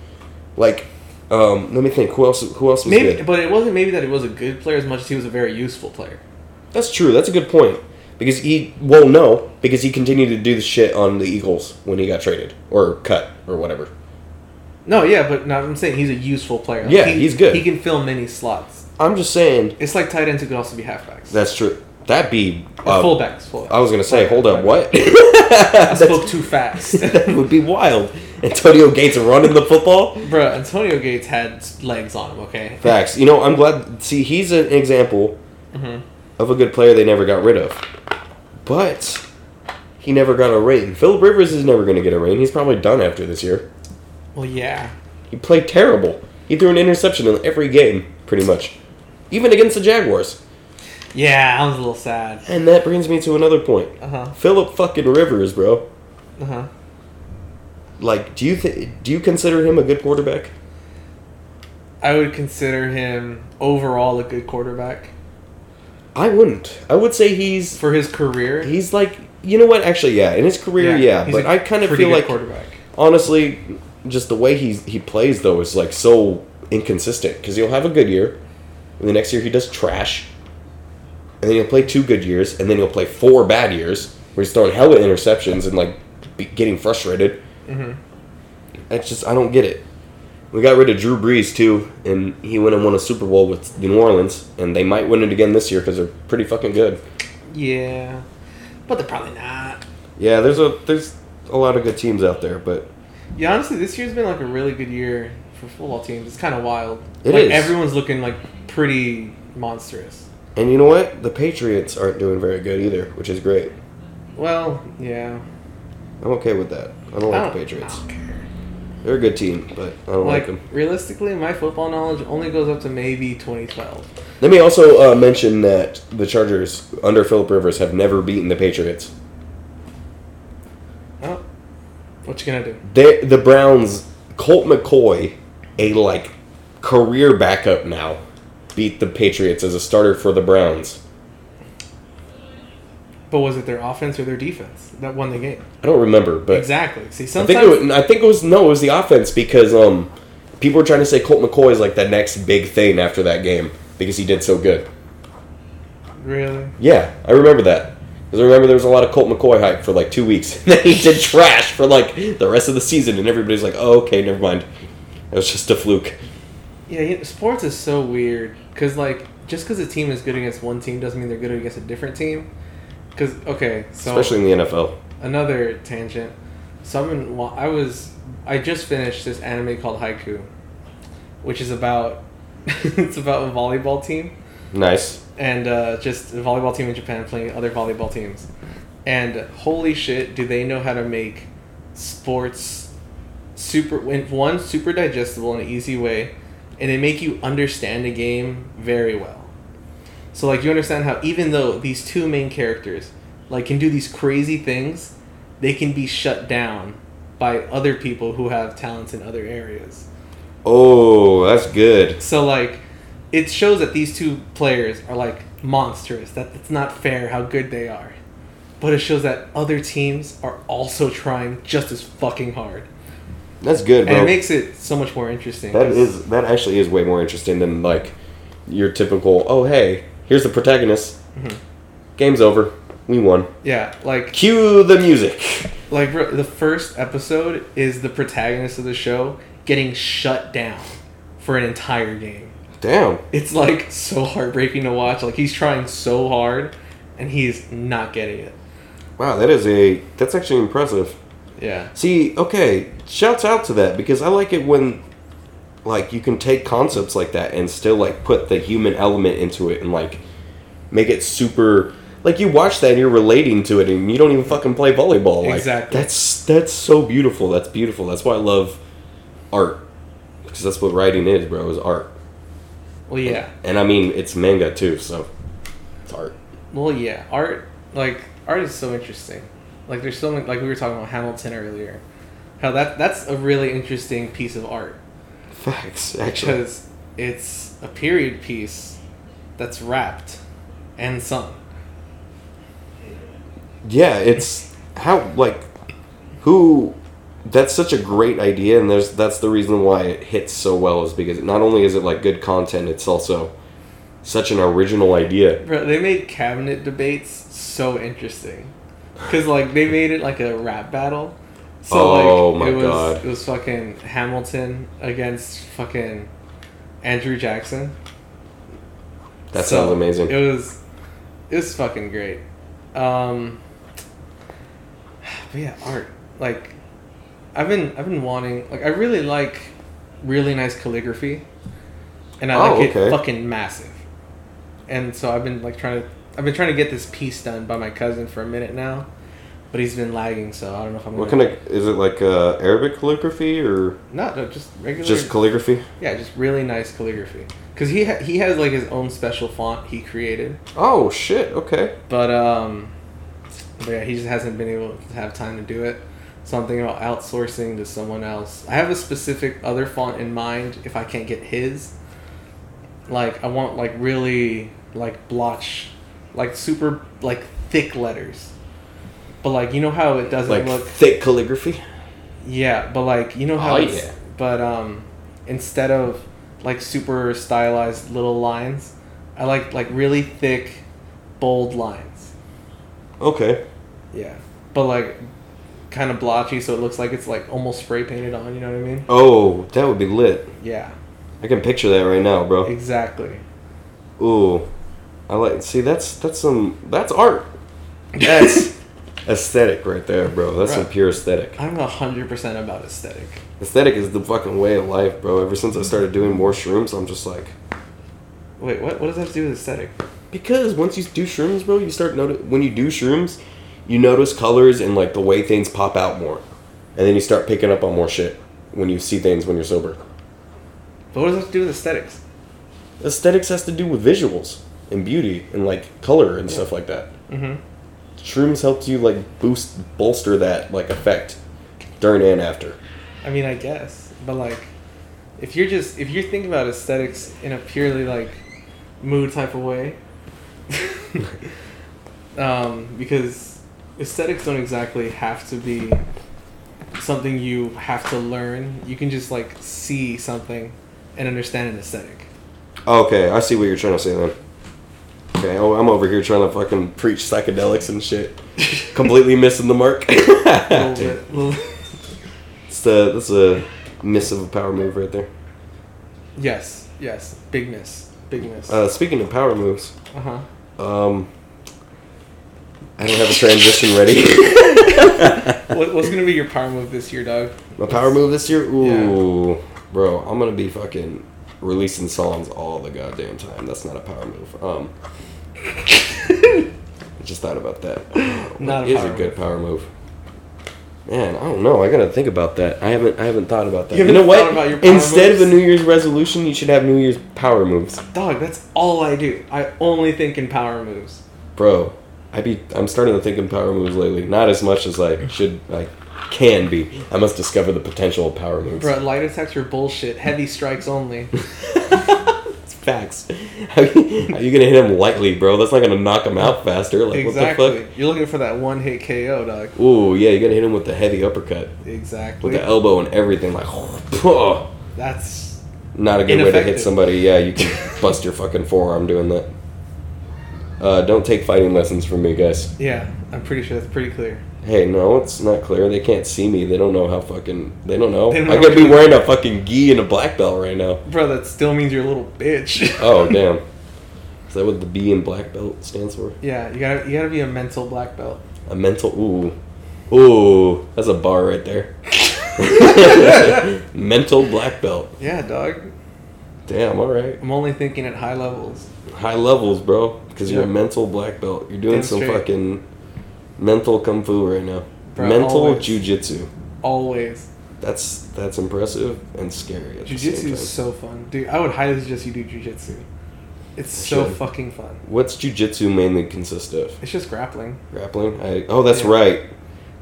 Speaker 1: Like, um, let me think. Who else? Who else was
Speaker 2: Maybe,
Speaker 1: good?
Speaker 2: but it wasn't maybe that he was a good player as much as he was a very useful player.
Speaker 1: That's true. That's a good point. Because he, well, no, because he continued to do the shit on the Eagles when he got traded or cut or whatever.
Speaker 2: No, yeah, but no, I'm saying he's a useful player.
Speaker 1: Yeah,
Speaker 2: He-
Speaker 1: he's good.
Speaker 2: He can fill many slots.
Speaker 1: I'm just saying
Speaker 2: It's like tight ends who could also be halfbacks.
Speaker 1: that's true. That be
Speaker 2: Or
Speaker 1: uh,
Speaker 2: fullbacks, fullbacks.
Speaker 1: I was gonna say, hold up, what?
Speaker 2: I spoke too fast.
Speaker 1: that would be wild. Antonio Gates running the football.
Speaker 2: Bruh, Antonio Gates had legs on him, okay?
Speaker 1: Facts. You know, I'm glad. See, he's an example
Speaker 2: Mhm.
Speaker 1: of a good player they never got rid of, but he never got a ring. Philip Rivers is never gonna get a ring. He's probably done after this year.
Speaker 2: Well, yeah.
Speaker 1: He played terrible. He threw an interception in every game, pretty much, even against the Jaguars.
Speaker 2: Yeah, I was a little sad.
Speaker 1: And that brings me to another point.
Speaker 2: Uh huh.
Speaker 1: Philip fucking Rivers, bro.
Speaker 2: Uh huh.
Speaker 1: Like, do you th- do you consider him a good quarterback?
Speaker 2: I would consider him overall a good quarterback
Speaker 1: I wouldn't. I would say he's
Speaker 2: for his career.
Speaker 1: he's like you know what? Actually, yeah, in his career, yeah.
Speaker 2: he's
Speaker 1: But
Speaker 2: a
Speaker 1: I kind of
Speaker 2: pretty
Speaker 1: feel
Speaker 2: good
Speaker 1: like
Speaker 2: quarterback.
Speaker 1: honestly, just the way he he plays though is like so inconsistent because he'll have a good year, and the next year he does trash, and then he'll play two good years, and then he'll play four bad years where he's throwing hella interceptions and like be, getting frustrated.
Speaker 2: Mhm.
Speaker 1: That's just I don't get it. We got rid of Drew Brees too, and he went and won a Super Bowl with the New Orleans, and they might win it again this year because they're pretty fucking good.
Speaker 2: Yeah. But they're probably not.
Speaker 1: Yeah, there's a there's a lot of good teams out there, but
Speaker 2: Yeah, honestly, this year's been like a really good year for football teams. It's kind of wild.
Speaker 1: It
Speaker 2: like
Speaker 1: is.
Speaker 2: everyone's looking like pretty monstrous.
Speaker 1: and you know what? The Patriots aren't doing very good either, which is great.
Speaker 2: Well, yeah.
Speaker 1: I'm okay with that. I don't like
Speaker 2: I
Speaker 1: the
Speaker 2: don't-
Speaker 1: Patriots.
Speaker 2: I don't care.
Speaker 1: They're a good team, but I don't like,
Speaker 2: Oh. Like,
Speaker 1: them.
Speaker 2: realistically, my football knowledge only goes up to maybe 2012.
Speaker 1: Let me also uh, mention that the Chargers under Philip Rivers have never beaten the Patriots.
Speaker 2: Oh. What you gonna do?
Speaker 1: They, the Browns, Colt McCoy, a like career backup now, beat the Patriots as a starter for the Browns.
Speaker 2: But was it their offense or their defense that won the game?
Speaker 1: I don't remember, but
Speaker 2: Exactly. See,
Speaker 1: I
Speaker 2: sometimes
Speaker 1: think it was, I think it was no, it was the offense because um, people were trying to say Colt McCoy is like the next big thing after that game because he did so good.
Speaker 2: really.
Speaker 1: Yeah, I remember that. Because I remember there was a lot of Colt McCoy hype for like two weeks. then he did trash for like the rest of the season, and everybody's like, oh, okay, never mind. It was just a fluke.
Speaker 2: Yeah, yeah, sports is so weird because like just because a team is good against one team doesn't mean they're good against a different team. Because okay, so
Speaker 1: especially in the NFL.
Speaker 2: another tangent. Someone, wa- I was, I just finished this anime called Haiku, which is about, it's about a volleyball team
Speaker 1: Nice.
Speaker 2: and uh, just a volleyball team in Japan playing other volleyball teams. And holy shit, do they know how to make sports super in one super digestible and easy way, and they make you understand a game very well. So like you understand how even though these two main characters like can do these crazy things, they can be shut down by other people who have talents in other areas.
Speaker 1: Oh, that's good.
Speaker 2: So like, it shows that these two players are like monstrous. That it's not fair how good they are, but it shows that other teams are also trying just as fucking hard,
Speaker 1: That's good,
Speaker 2: and
Speaker 1: bro.
Speaker 2: it makes it so much more interesting.
Speaker 1: that is that actually is way more interesting than like your typical. Oh, hey, here's the protagonist.
Speaker 2: Mm-hmm.
Speaker 1: Game's over. We won.
Speaker 2: yeah, like
Speaker 1: Cue the music.
Speaker 2: like bro, the first episode is the protagonist of the show getting shut down for an entire game.
Speaker 1: Damn.
Speaker 2: It's like so heartbreaking to watch. Like he's trying so hard, and he's not getting it.
Speaker 1: Wow, that is a that's actually impressive.
Speaker 2: Yeah.
Speaker 1: See, okay, shouts out to that because I like it when like you can take concepts like that and still like put the human element into it and like make it super like you watch that and you're relating to it and you don't even fucking play volleyball. Like,
Speaker 2: Exactly.
Speaker 1: That's that's so beautiful. That's beautiful. That's why I love art because that's what writing is, bro. Is art.
Speaker 2: Well, yeah.
Speaker 1: And I mean, it's manga too, so it's art.
Speaker 2: Well, yeah, art like art is so interesting. Like there's so many like we were talking about Hamilton earlier. How that that's a really interesting piece of art
Speaker 1: Facts, actually.
Speaker 2: because it's a period piece that's wrapped and sung.
Speaker 1: Yeah, it's how like who that's such a great idea and there's that's the reason why it hits so well is because not only is it like good content, it's also such an original idea.
Speaker 2: Bro, they made cabinet debates so interesting because like they made it like a rap battle. So
Speaker 1: Oh
Speaker 2: like
Speaker 1: my
Speaker 2: it was
Speaker 1: God.
Speaker 2: it was fucking Hamilton against fucking Andrew Jackson.
Speaker 1: That
Speaker 2: So,
Speaker 1: sounds amazing.
Speaker 2: It was, it was fucking great. Um, but yeah, art. Like, I've been I've been wanting. Like, I really like really nice calligraphy, and I
Speaker 1: Oh,
Speaker 2: like
Speaker 1: okay.
Speaker 2: it fucking massive. And so I've been like trying to I've been trying to get this piece done by my cousin for a minute now, but he's been lagging, so I don't know if I'm.
Speaker 1: what kind
Speaker 2: gonna,
Speaker 1: of is it like uh, Arabic calligraphy or
Speaker 2: No, no, just regular.
Speaker 1: just calligraphy?
Speaker 2: yeah, just really nice calligraphy. Cause he ha- he has like his own special font he created.
Speaker 1: Oh shit, okay.
Speaker 2: But um, but yeah, he just hasn't been able to have time to do it. So I'm thinking about outsourcing to someone else. I have a specific other font in mind. If I can't get his, like I want like really like blotch, like super like thick letters. But like you know how it doesn't
Speaker 1: Like
Speaker 2: look
Speaker 1: thick calligraphy?
Speaker 2: yeah, but like you know
Speaker 1: Oh,
Speaker 2: how it's,
Speaker 1: yeah.
Speaker 2: but um instead of like super stylized little lines, I like like really thick bold lines.
Speaker 1: Okay.
Speaker 2: Yeah. But like kind of blotchy so it looks like it's like almost spray painted on, you know what I mean?
Speaker 1: Oh, that would be lit.
Speaker 2: Yeah.
Speaker 1: I can picture that right now, bro.
Speaker 2: Exactly.
Speaker 1: Ooh, I like. See, that's that's some that's art. That's aesthetic right there, bro. That's some
Speaker 2: Right.
Speaker 1: pure aesthetic.
Speaker 2: I'm 100% about aesthetic.
Speaker 1: Aesthetic is the fucking way of life, bro. Ever since I started doing more shrooms, I'm just like,
Speaker 2: Wait, what what does that have to do with aesthetic?
Speaker 1: because once you do shrooms, bro, you start notice when you do shrooms, you notice colors and like the way things pop out more, and then you start picking up on more shit when you see things when you're sober.
Speaker 2: But what does that have to do with aesthetics?
Speaker 1: Aesthetics has to do with visuals and beauty and like color and stuff like that.
Speaker 2: Mhm.
Speaker 1: shrooms helps you like boost bolster that like effect during and after
Speaker 2: I mean, I guess. But like if you're just if you're thinking about aesthetics in a purely like mood type of way um because aesthetics don't exactly have to be something you have to learn. You can just like see something and understand an aesthetic.
Speaker 1: okay i see what you're trying to say then okay oh, i'm over here trying to fucking preach psychedelics and shit completely missing the mark
Speaker 2: A little bit. little-
Speaker 1: it's the that's a miss of a power move right there
Speaker 2: Yes, yes. Bigness. Bigness. Uh-huh. Uh
Speaker 1: Uh, speaking of power moves,
Speaker 2: huh.
Speaker 1: um, I don't have a transition ready.
Speaker 2: What, what's gonna be your power move this year, dog?
Speaker 1: My power move this year? Ooh. Bro, I'm going to be fucking releasing songs all the goddamn time. That's not a power move. Um, I just thought about that.
Speaker 2: Not
Speaker 1: What
Speaker 2: a
Speaker 1: is
Speaker 2: power
Speaker 1: a good
Speaker 2: move.
Speaker 1: power move. Man, I don't know. I gotta think about that. I haven't. I haven't thought about that.
Speaker 2: You
Speaker 1: You, know
Speaker 2: haven't thought about your
Speaker 1: what?
Speaker 2: power
Speaker 1: Instead of a
Speaker 2: moves?
Speaker 1: New Year's resolution, you should have New Year's power moves,
Speaker 2: Dog, that's all I do. I only think in power moves.
Speaker 1: bro. I be. I'm starting to think in power moves lately. Not as much as I should. I can be. I must discover the potential of power moves.
Speaker 2: Bro, light attacks are bullshit. Heavy strikes only.
Speaker 1: It's facts. How you, how you gonna hit him lightly, bro? That's not gonna knock him out faster. Like what the
Speaker 2: exactly. You're looking for that one hit KO, dog.
Speaker 1: fuck? Ooh, yeah, you gotta hit him with the heavy uppercut, with
Speaker 2: Exactly.
Speaker 1: the elbow and everything. Like, not
Speaker 2: That's
Speaker 1: a good way to hit
Speaker 2: Ineffective.
Speaker 1: somebody. Yeah, you can bust your fucking forearm doing that. Uh, don't take fighting lessons from me, guys.
Speaker 2: yeah. I'm pretty sure that's pretty clear.
Speaker 1: Hey, no, it's not clear. They can't see me. They don't know how fucking. They don't know.
Speaker 2: They don't
Speaker 1: I
Speaker 2: know
Speaker 1: could be
Speaker 2: what you-
Speaker 1: wearing a fucking gi and a black belt right now.
Speaker 2: Bro, that still means you're a little bitch.
Speaker 1: Oh damn. Is that what the B in black belt stands for?
Speaker 2: yeah, you gotta you gotta be a mental black belt.
Speaker 1: A mental ooh. Ooh, that's a bar right there. mental black belt.
Speaker 2: Yeah, dog.
Speaker 1: Damn, all right.
Speaker 2: I'm only thinking at high levels.
Speaker 1: High levels, bro, because you're a
Speaker 2: Yeah.
Speaker 1: mental black belt. You're doing
Speaker 2: Damn
Speaker 1: some
Speaker 2: straight.
Speaker 1: fucking mental kung fu right now.
Speaker 2: Bro,
Speaker 1: mental
Speaker 2: always.
Speaker 1: jujitsu.
Speaker 2: Always.
Speaker 1: That's that's impressive and scary at the
Speaker 2: Jujitsu
Speaker 1: same time.
Speaker 2: is so fun, dude. I would highly suggest you do jujitsu. It's so
Speaker 1: should.
Speaker 2: fucking fun.
Speaker 1: What's jujitsu mainly consist of?
Speaker 2: It's just grappling.
Speaker 1: Grappling. I, oh, that's
Speaker 2: Yeah.
Speaker 1: right.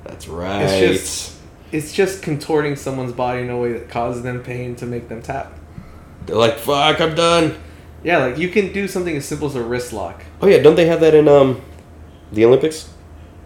Speaker 1: That's right.
Speaker 2: just- It's just contorting someone's body in a way that causes them pain to make them tap.
Speaker 1: They're like, fuck, I'm done.
Speaker 2: Yeah, like you can do something as simple as a wrist lock.
Speaker 1: Oh yeah, don't they have that in um, the Olympics?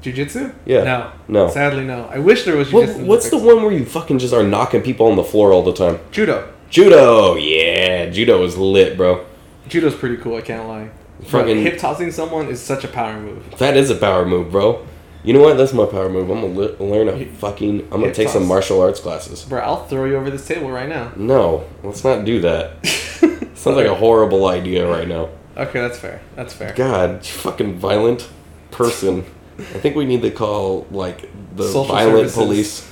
Speaker 2: Jujitsu?
Speaker 1: Yeah.
Speaker 2: No.
Speaker 1: No.
Speaker 2: Sadly, no. I wish there was jujitsu.
Speaker 1: What,
Speaker 2: in
Speaker 1: what's the
Speaker 2: Olympics.
Speaker 1: one where you fucking just are knocking people on the floor all the time?
Speaker 2: Judo.
Speaker 1: Judo, yeah, judo is lit, bro.
Speaker 2: Judo's pretty cool. I can't lie.
Speaker 1: Fucking-
Speaker 2: Fucking hip tossing someone is such a power move.
Speaker 1: That is a power move, bro. You know what? That's my power move. I'm gonna le- learn a fucking. I'm gonna
Speaker 2: Hip
Speaker 1: take some
Speaker 2: toss.
Speaker 1: martial arts classes.
Speaker 2: Bro, I'll throw you over this table right now.
Speaker 1: No, let's not do that. Sounds like a horrible idea right now.
Speaker 2: Okay, that's fair. That's fair.
Speaker 1: God, you fucking violent person. I think we need to call like the
Speaker 2: Social
Speaker 1: violent
Speaker 2: services.
Speaker 1: police.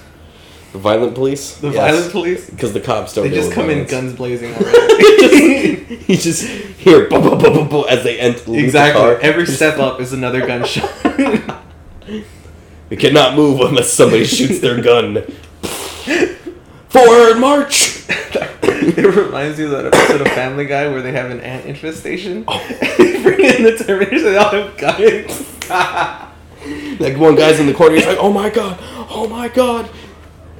Speaker 1: The violent police.
Speaker 2: The violent police.
Speaker 1: Because the cops don't.
Speaker 2: They
Speaker 1: deal
Speaker 2: just
Speaker 1: with
Speaker 2: come in
Speaker 1: violence.
Speaker 2: guns blazing already.
Speaker 1: he just hear bu- bu- bu- bu- bu- as they enter leave the
Speaker 2: exactly.
Speaker 1: car.
Speaker 2: Every step up is another gunshot.
Speaker 1: We cannot move unless somebody shoots their gun. Forward march.
Speaker 2: it reminds me of that episode of Family Guy where they have an ant infestation.
Speaker 1: Oh.
Speaker 2: They Bring in the Terminators, they all have guns.
Speaker 1: Like one guy's in the corner, he's like, "Oh my god, oh my god,"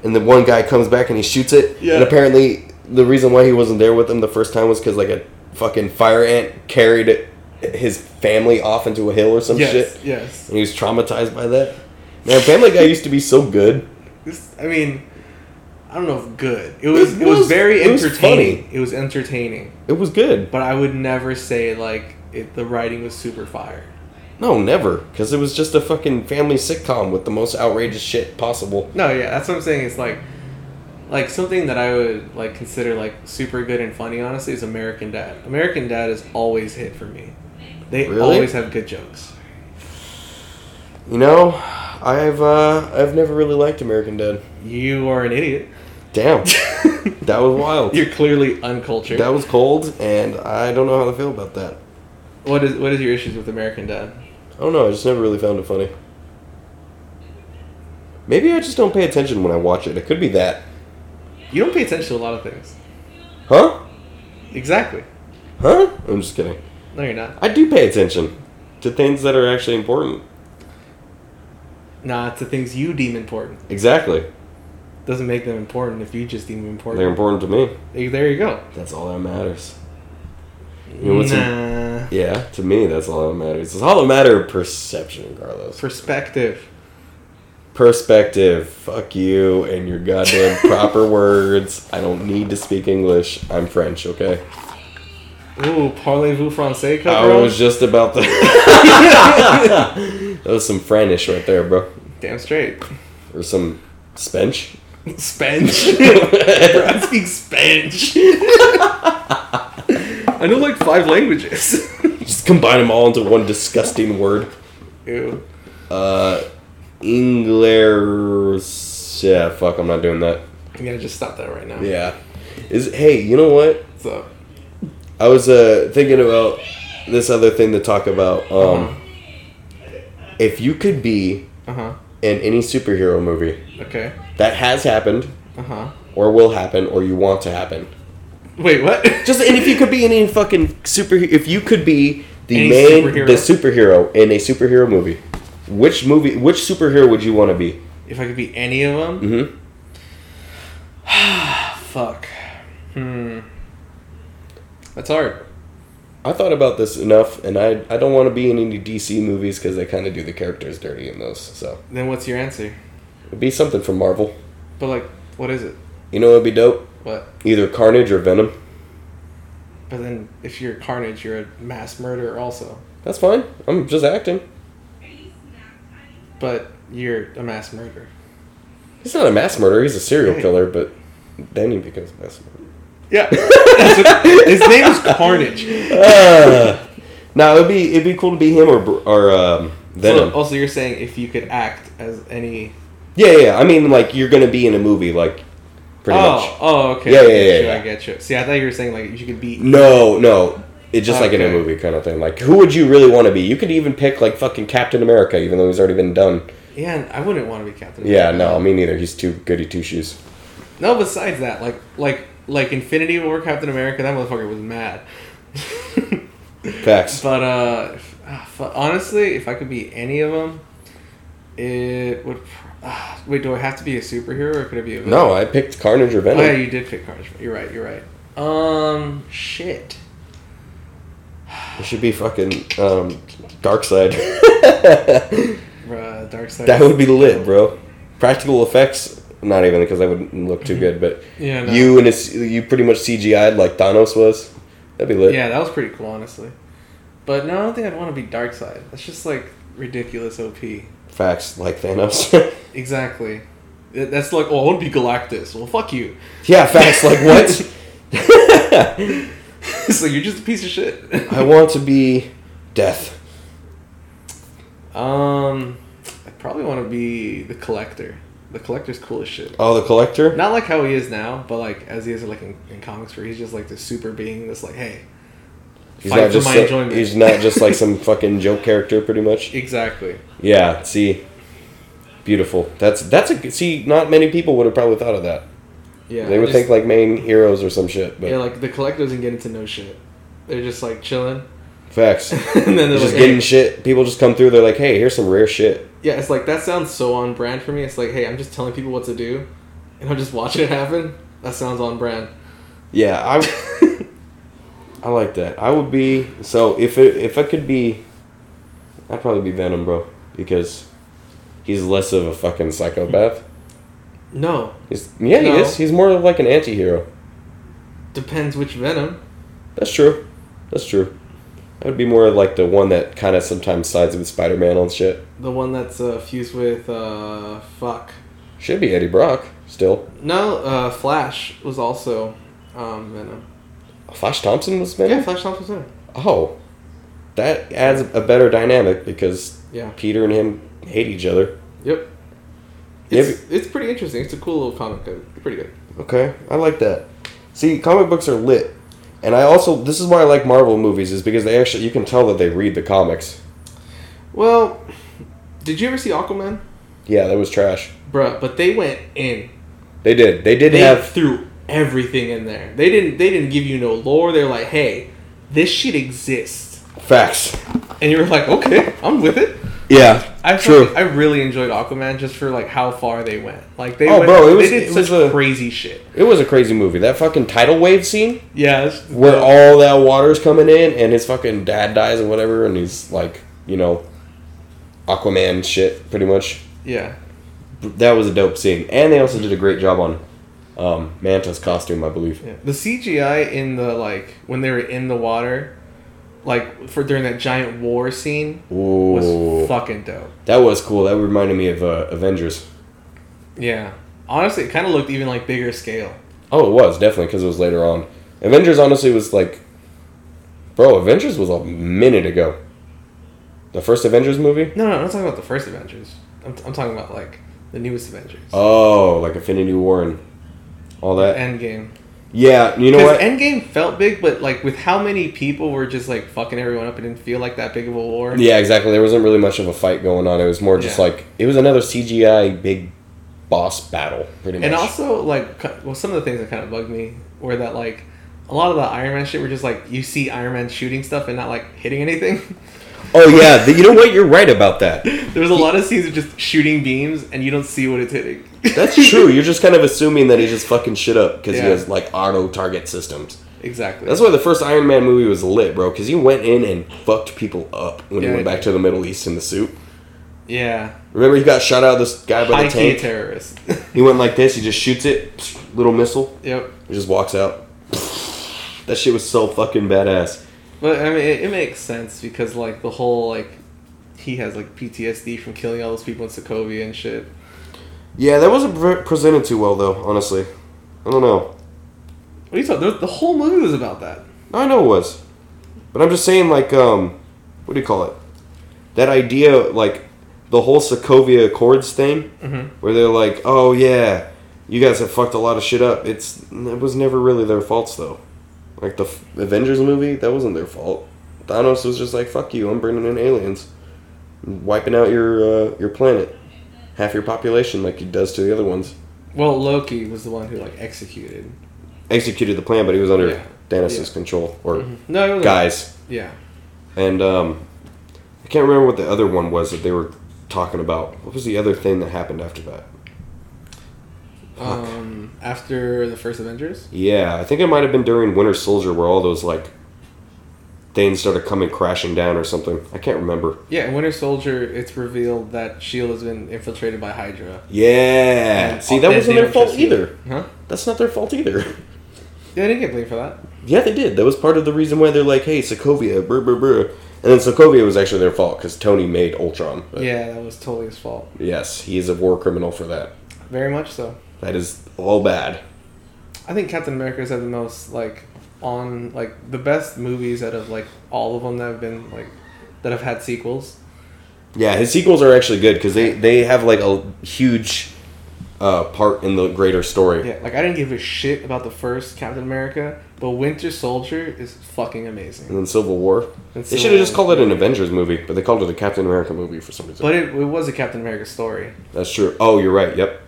Speaker 1: and then one guy comes back and he shoots it.
Speaker 2: Yeah.
Speaker 1: And apparently, the reason why he wasn't there with them the first time was because like a fucking fire ant carried his family off into a hill or some
Speaker 2: yes,
Speaker 1: shit,
Speaker 2: yes.
Speaker 1: and he was traumatized by that. Man, Family Guy used to be so good.
Speaker 2: This, I mean, I don't know if good. It was. It was,
Speaker 1: was-
Speaker 2: very
Speaker 1: it was
Speaker 2: entertaining.
Speaker 1: funny.
Speaker 2: It was entertaining,
Speaker 1: It was good.
Speaker 2: but I would never say like it, the writing was super fire.
Speaker 1: No, never. Because it was just a fucking family sitcom with the most outrageous shit possible.
Speaker 2: No, yeah, that's what I'm saying. It's like, like something that I would like consider like super good and funny. Honestly, is American Dad. American Dad is always hit for me. They
Speaker 1: Really?
Speaker 2: always have good jokes.
Speaker 1: You know, I've uh, I've never really liked American Dad.
Speaker 2: You are an idiot.
Speaker 1: Damn, that was wild.
Speaker 2: You're clearly uncultured.
Speaker 1: that was cold, and I don't know how to feel about that.
Speaker 2: what is what is your issues with American Dad?
Speaker 1: I don't know. I just never really found it funny. Maybe I just don't pay attention when I watch it. It could be that,
Speaker 2: You don't pay attention to a lot of things.
Speaker 1: huh?
Speaker 2: Exactly.
Speaker 1: Huh? I'm just kidding.
Speaker 2: No, you're not.
Speaker 1: I do pay attention to things that are actually important.
Speaker 2: Nah, it's the things you deem important.
Speaker 1: Exactly,
Speaker 2: Doesn't make them important if you just deem them
Speaker 1: they're
Speaker 2: important.
Speaker 1: important to me.
Speaker 2: Hey, There you go.
Speaker 1: That's all that matters. You know what's im-
Speaker 2: nah.
Speaker 1: Yeah, to me, that's all that matters. It's all a matter of perception, Carlos.
Speaker 2: Perspective.
Speaker 1: Perspective. Fuck you and your goddamn proper words. I don't need to speak English. I'm French, okay?
Speaker 2: Ooh, parlez-vous français,
Speaker 1: I
Speaker 2: cover
Speaker 1: was just about to. that was some Franish right there, bro.
Speaker 2: Damn straight.
Speaker 1: Or some Spench.
Speaker 2: Spench. Bro, I speak Spench. I know like five languages.
Speaker 1: Just combine them all into one disgusting word.
Speaker 2: Ew.
Speaker 1: Uh, Englers. Yeah, fuck, I'm not doing that.
Speaker 2: I'm gonna just stop that right now.
Speaker 1: Yeah. Is hey, you know what?
Speaker 2: So,
Speaker 1: I was uh, thinking about this other thing to talk about. Um, If you could be
Speaker 2: uh huh.
Speaker 1: in any superhero movie
Speaker 2: Okay.
Speaker 1: that has happened,
Speaker 2: Uh huh.
Speaker 1: or will happen, or you want to happen,
Speaker 2: Wait, what?
Speaker 1: just and if you could be in any fucking super, if you could be the
Speaker 2: Any
Speaker 1: main
Speaker 2: superhero?
Speaker 1: the superhero in a superhero movie, which movie, which superhero would you want to be?
Speaker 2: if I could be any of them,
Speaker 1: Mm-hmm.
Speaker 2: fuck. Hmm. That's hard.
Speaker 1: I thought about this enough, and I I don't want to be in any DC movies because they kind of do the characters dirty in those. So
Speaker 2: Then what's your answer?
Speaker 1: it'd be something from Marvel.
Speaker 2: But like, what is it?
Speaker 1: You know, it'd be dope.
Speaker 2: What?
Speaker 1: Either Carnage or Venom.
Speaker 2: But then, if you're Carnage, you're a mass murderer also.
Speaker 1: That's fine. I'm just acting.
Speaker 2: But you're a mass murderer.
Speaker 1: He's not a mass murderer. He's a serial
Speaker 2: Right.
Speaker 1: killer, but then he becomes a mass murderer.
Speaker 2: Yeah. That's what- his name is Carnage. Ah.
Speaker 1: Uh, no, it'd be it'd be cool to be him or Br- or um, Venom.
Speaker 2: So, also, you're saying if you could act as any.
Speaker 1: Yeah, yeah, yeah. I mean, like you're gonna be in a movie, like pretty
Speaker 2: oh,
Speaker 1: much.
Speaker 2: oh, okay.
Speaker 1: Yeah,
Speaker 2: I
Speaker 1: yeah,
Speaker 2: get
Speaker 1: yeah,
Speaker 2: you,
Speaker 1: yeah. Mm.
Speaker 2: I get you. See, I thought you were saying like you could be.
Speaker 1: No, no. It's just like in a
Speaker 2: Okay.
Speaker 1: movie kind of thing. Like, who would you really want to be? You could even pick like fucking Captain America, even though he's already been done.
Speaker 2: Yeah, I wouldn't want to be Captain.
Speaker 1: Yeah,
Speaker 2: America.
Speaker 1: no, me neither. He's too goody two shoes.
Speaker 2: No, besides that, like like like Infinity War Captain America, that motherfucker was mad.
Speaker 1: Facts.
Speaker 2: but uh, if, ah, fu- honestly, if I could be any of them, it would. pr- ah, wait, do I have to be a superhero or could I be a villain?
Speaker 1: No, I picked Carnage or
Speaker 2: Oh yeah,
Speaker 1: Venom.
Speaker 2: you did pick Carnage. You're right. You're right. Um, shit.
Speaker 1: It should be fucking um, Dark Side.
Speaker 2: Bruh, Dark Side.
Speaker 1: that would be lit, bro. Practical effects, not even because that wouldn't look
Speaker 2: Mm-hmm.
Speaker 1: too good. But
Speaker 2: Yeah, no.
Speaker 1: you and his, you pretty much CGI'd like Thanos was. That'd be lit.
Speaker 2: Yeah, that was pretty cool, honestly. But no, I don't think I'd want to be Dark Side. That's just like ridiculous OP.
Speaker 1: Facts, like Thanos.
Speaker 2: Exactly. Th- That's like, oh, I want to be Galactus. Well, fuck you.
Speaker 1: yeah, facts. Like what?
Speaker 2: so you're just a piece of shit.
Speaker 1: I want to be death.
Speaker 2: um, I probably want to be the collector. The collector's cool as shit.
Speaker 1: Oh, the collector.
Speaker 2: Not like how he is now, but like as he is like in, in comics, where he's just like the super being that's like, hey,
Speaker 1: He's
Speaker 2: fight
Speaker 1: not
Speaker 2: for
Speaker 1: just
Speaker 2: my
Speaker 1: so-
Speaker 2: enjoyment.
Speaker 1: he's not just like some fucking joke character, pretty much.
Speaker 2: exactly.
Speaker 1: Yeah. See, beautiful. That's that's a see. Not many people would have probably thought of that.
Speaker 2: Yeah,
Speaker 1: they would
Speaker 2: just-
Speaker 1: think like main heroes or some shit. But
Speaker 2: yeah, like the collector doesn't get into no shit. They're just like chilling.
Speaker 1: facts.
Speaker 2: And then they're
Speaker 1: just
Speaker 2: like,
Speaker 1: getting
Speaker 2: hey.
Speaker 1: shit. People just come through. They're like, hey, here's some rare shit.
Speaker 2: Yeah, it's like that sounds so on brand for me. It's like, hey, I'm just telling people what to do, and I'm just watching it happen. That sounds on brand.
Speaker 1: Yeah, I. I like that. I would be so if it, if I could be, I'd probably be Venom, bro, because he's less of a fucking psychopath.
Speaker 2: No,
Speaker 1: He's, yeah,
Speaker 2: No.
Speaker 1: he is. He's more of like an anti-hero.
Speaker 2: depends which Venom.
Speaker 1: That's true. That's true. I would be more like the one that kind of sometimes sides with Spider-Man on shit.
Speaker 2: The one that's uh, fused with uh, fuck.
Speaker 1: Should be Eddie Brock still.
Speaker 2: No, uh, Flash was also um, Venom.
Speaker 1: Flash Thompson was Venom.
Speaker 2: Yeah, Flash Thompson. was Venom.
Speaker 1: Oh, that adds a better dynamic because
Speaker 2: Yeah.
Speaker 1: Peter and him hate each other.
Speaker 2: Yep.
Speaker 1: Yeah,
Speaker 2: It's, it's pretty interesting. It's a cool little comic. Code. It's pretty good.
Speaker 1: Okay, I like that. See, comic books are lit, and I also this is why I like Marvel movies is because they actually you can tell that they read the comics.
Speaker 2: Well, did you ever see Aquaman?
Speaker 1: Yeah, that was trash.
Speaker 2: Bruh, but they went in.
Speaker 1: They did. They did
Speaker 2: They
Speaker 1: have.
Speaker 2: threw everything in there. They didn't. They didn't give you no lore. They're like, hey, this shit exists,
Speaker 1: Facts.
Speaker 2: and you were like, okay, I'm with it.
Speaker 1: Yeah.
Speaker 2: I
Speaker 1: true.
Speaker 2: fucking- I really enjoyed Aquaman just for like how far they went. Like they
Speaker 1: Oh,
Speaker 2: went,
Speaker 1: bro, it was-
Speaker 2: they did
Speaker 1: it
Speaker 2: such
Speaker 1: was a-
Speaker 2: crazy shit.
Speaker 1: it was a crazy movie. That fucking tidal wave scene
Speaker 2: Yeah, it's-
Speaker 1: where all that water's coming in and his fucking dad dies and whatever, and he's like, you know, Aquaman shit, pretty much.
Speaker 2: yeah.
Speaker 1: That was a dope scene, and they also did a great job on um, Manta's costume, I believe.
Speaker 2: Yeah. The CGI in the like when they were in the water, like for during that giant war scene,
Speaker 1: Ooh,
Speaker 2: was fucking dope.
Speaker 1: that was cool. That reminded me of uh, Avengers.
Speaker 2: Yeah, honestly, it kind of looked even like bigger scale.
Speaker 1: Oh, it was definitely because it was later on. Avengers honestly was like, bro, Avengers was a minute ago. The first Avengers movie.
Speaker 2: No, no, I'm not talking about the first Avengers. I'm, I'm talking about like the newest Avengers.
Speaker 1: Oh, like Infinity War and all that.
Speaker 2: Endgame.
Speaker 1: yeah, you know
Speaker 2: Because
Speaker 1: what?
Speaker 2: Endgame felt big, but like with how many people were just like fucking everyone up, it didn't feel like that big of a war.
Speaker 1: yeah, exactly. There wasn't really much of a fight going on. It was more just
Speaker 2: Yeah.
Speaker 1: like it was another CGI big boss battle, pretty much.
Speaker 2: And also, like, cu- well, some of the things that kind of bugged me were that like a lot of the Iron Man shit were just like you see Iron Man shooting stuff and not like hitting anything.
Speaker 1: oh yeah, the, you know what? You're right about that.
Speaker 2: there was a lot of scenes of just shooting beams and you don't see what it's hitting.
Speaker 1: That's true. You're just kind of assuming that he just fucking shit up because he
Speaker 2: Yeah.
Speaker 1: has like auto target systems.
Speaker 2: exactly.
Speaker 1: That's why the first Iron Man movie was lit, bro, because he went in and fucked people up when
Speaker 2: Yeah,
Speaker 1: he went
Speaker 2: he
Speaker 1: back
Speaker 2: did.
Speaker 1: to the Middle East in the suit.
Speaker 2: yeah.
Speaker 1: Remember, he got shot out of this guy by
Speaker 2: High
Speaker 1: the
Speaker 2: key
Speaker 1: tank.
Speaker 2: terrorist.
Speaker 1: he went like this. He just shoots it, psh, little missile.
Speaker 2: yep.
Speaker 1: He just walks out. That shit was so fucking badass.
Speaker 2: But I mean, it, it makes sense because like the whole like he has like PTSD from killing all those people in Sokovia and shit.
Speaker 1: Yeah, that wasn't pre- presented too well, though. Honestly, I don't know.
Speaker 2: What are you talking? The, the whole movie was about that.
Speaker 1: I know it was, but I'm just saying, like, um, what do you call it? That idea, like, the whole Sokovia Accords thing, where they're like, "Oh yeah, you guys have fucked a lot of shit up." It's it was never really their faults though. Like the F- Avengers movie, that wasn't their fault. Thanos was just like, "Fuck you, I'm bringing in aliens, wiping out your uh, your planet, half your population, like he does to the other ones."
Speaker 2: Well, Loki was the one who like executed.
Speaker 1: Executed the plan, but he was under
Speaker 2: Yeah.
Speaker 1: Thanos'
Speaker 2: Yeah. Mm-hmm.
Speaker 1: control or
Speaker 2: No, it wasn't.
Speaker 1: guys.
Speaker 2: Yeah,
Speaker 1: And um, I can't remember what the other one was that they were talking about. What was the other thing that happened after that? Fuck.
Speaker 2: um, after the first Avengers.
Speaker 1: Yeah, I think it might have been during Winter Soldier where all those like things started coming crashing down or something. I can't remember.
Speaker 2: Yeah, in Winter Soldier, it's revealed that Shield E has been infiltrated by Hydra.
Speaker 1: Yeah.
Speaker 2: And
Speaker 1: See, that
Speaker 2: they-
Speaker 1: wasn't
Speaker 2: they
Speaker 1: their
Speaker 2: were
Speaker 1: fault
Speaker 2: just-
Speaker 1: either.
Speaker 2: Huh?
Speaker 1: That's not their fault either.
Speaker 2: Yeah, I didn't get blamed for that.
Speaker 1: yeah, they did. That was part of the reason why they're like, "Hey, Sokovia, brr brr brr," and then Sokovia was actually their fault because Tony made Ultron. But
Speaker 2: Yeah, that was totally his fault.
Speaker 1: Yes, he is a war criminal for that.
Speaker 2: Very much so.
Speaker 1: That is all bad.
Speaker 2: I think Captain America's had the most like on like the best movies out of like all of them that have been like that have had sequels.
Speaker 1: Yeah, his sequels are actually good because they they have like a huge uh, part in the greater story.
Speaker 2: Yeah, like I didn't give a shit about the first Captain America, but Winter Soldier is fucking amazing.
Speaker 1: And then Civil War. they
Speaker 2: And Civil
Speaker 1: should have just
Speaker 2: War.
Speaker 1: called it an Avengers movie, but they called it a Captain America movie for some reason.
Speaker 2: But it, it was a Captain America story.
Speaker 1: That's true. Oh, you're right. Yep.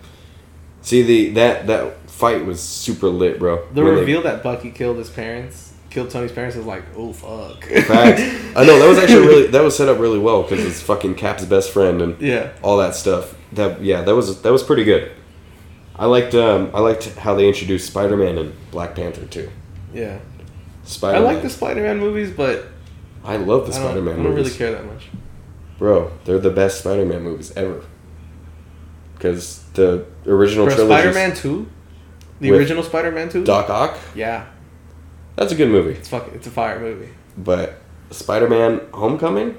Speaker 1: See the that that fight was super lit, bro.
Speaker 2: The
Speaker 1: When they-
Speaker 2: reveal that Bucky killed his parents, killed Tony's parents, is like, oh fuck.
Speaker 1: Facts. I know that was actually really that was set up really well because it's fucking Cap's best friend and
Speaker 2: yeah.
Speaker 1: all that stuff. That yeah, that was that was pretty good. I liked um, I liked how they introduced Spider Man and Black Panther too.
Speaker 2: Yeah. I
Speaker 1: Spider.
Speaker 2: like the Spider Man movies, but
Speaker 1: I love the
Speaker 2: I don't,
Speaker 1: Spider Man
Speaker 2: I don't
Speaker 1: movies.
Speaker 2: really care that much.
Speaker 1: Bro, they're the best Spider Man movies ever. Because the original
Speaker 2: For
Speaker 1: trilogy.
Speaker 2: Spider Man 2? The
Speaker 1: With
Speaker 2: original Spider Man 2?
Speaker 1: Doc Ock,
Speaker 2: Yeah.
Speaker 1: that's a good movie.
Speaker 2: It's fucking, it's a fire movie.
Speaker 1: But Spider Man Homecoming?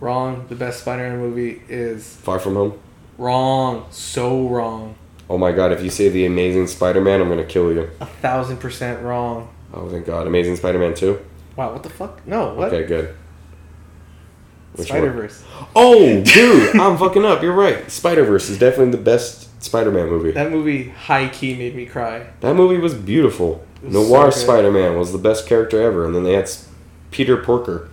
Speaker 2: Wrong. The best Spider Man movie is
Speaker 1: Far From Home?
Speaker 2: wrong. So wrong.
Speaker 1: Oh my god, if you say The Amazing Spider Man, I'm gonna kill you.
Speaker 2: A thousand percent wrong.
Speaker 1: Oh thank god. Amazing Spider Man 2?
Speaker 2: Wow, what the fuck? No, what?
Speaker 1: Okay, good. Which
Speaker 2: Spider Verse.
Speaker 1: one? Oh, dude, I'm fucking up. You're right. Spider Verse is definitely the best Spider Man movie. That,
Speaker 2: That movie high key made me cry.
Speaker 1: movie was beautiful.
Speaker 2: was
Speaker 1: Noir
Speaker 2: so good.
Speaker 1: Spider Man was the best character ever, and then they had S- Peter Porker.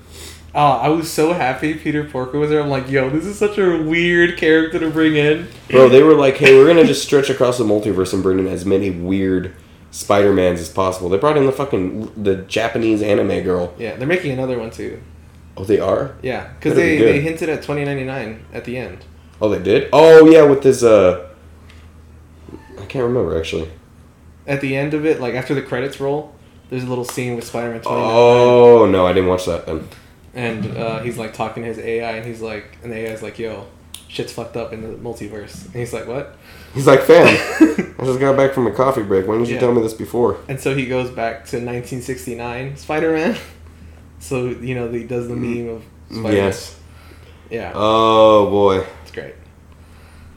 Speaker 2: Oh, I was so happy Peter Porker was there. I'm like, yo, this is such a weird character to bring in.
Speaker 1: Bro, they were like, hey, we're gonna just stretch across the multiverse and bring in as many weird Spider-Mans as possible. They brought in the fucking the Japanese anime girl.
Speaker 2: Yeah, they're making another one too.
Speaker 1: Oh, they are?
Speaker 2: Yeah, because
Speaker 1: That'd be
Speaker 2: they,
Speaker 1: good.
Speaker 2: they hinted at 2099 at the end.
Speaker 1: Oh, they did? Oh, yeah, with this, uh... I can't remember, actually.
Speaker 2: At the end of it, like after the credits roll, there's a little scene with Spider Man 2099.
Speaker 1: Oh, no, I didn't watch that then.
Speaker 2: And uh, he's like talking to his AI, and he's like, and the AI's like, yo, shit's fucked up in the multiverse. And he's like, what?
Speaker 1: He's like, fam, I just got back from a coffee break. Why didn't you
Speaker 2: Yeah.
Speaker 1: tell me this before?
Speaker 2: And so he goes back to 1969 Spider Man. So, you know, he does the meme of Spider
Speaker 1: Mm-hmm.
Speaker 2: Man.
Speaker 1: Yes.
Speaker 2: Yeah,
Speaker 1: Oh, boy.
Speaker 2: it's great.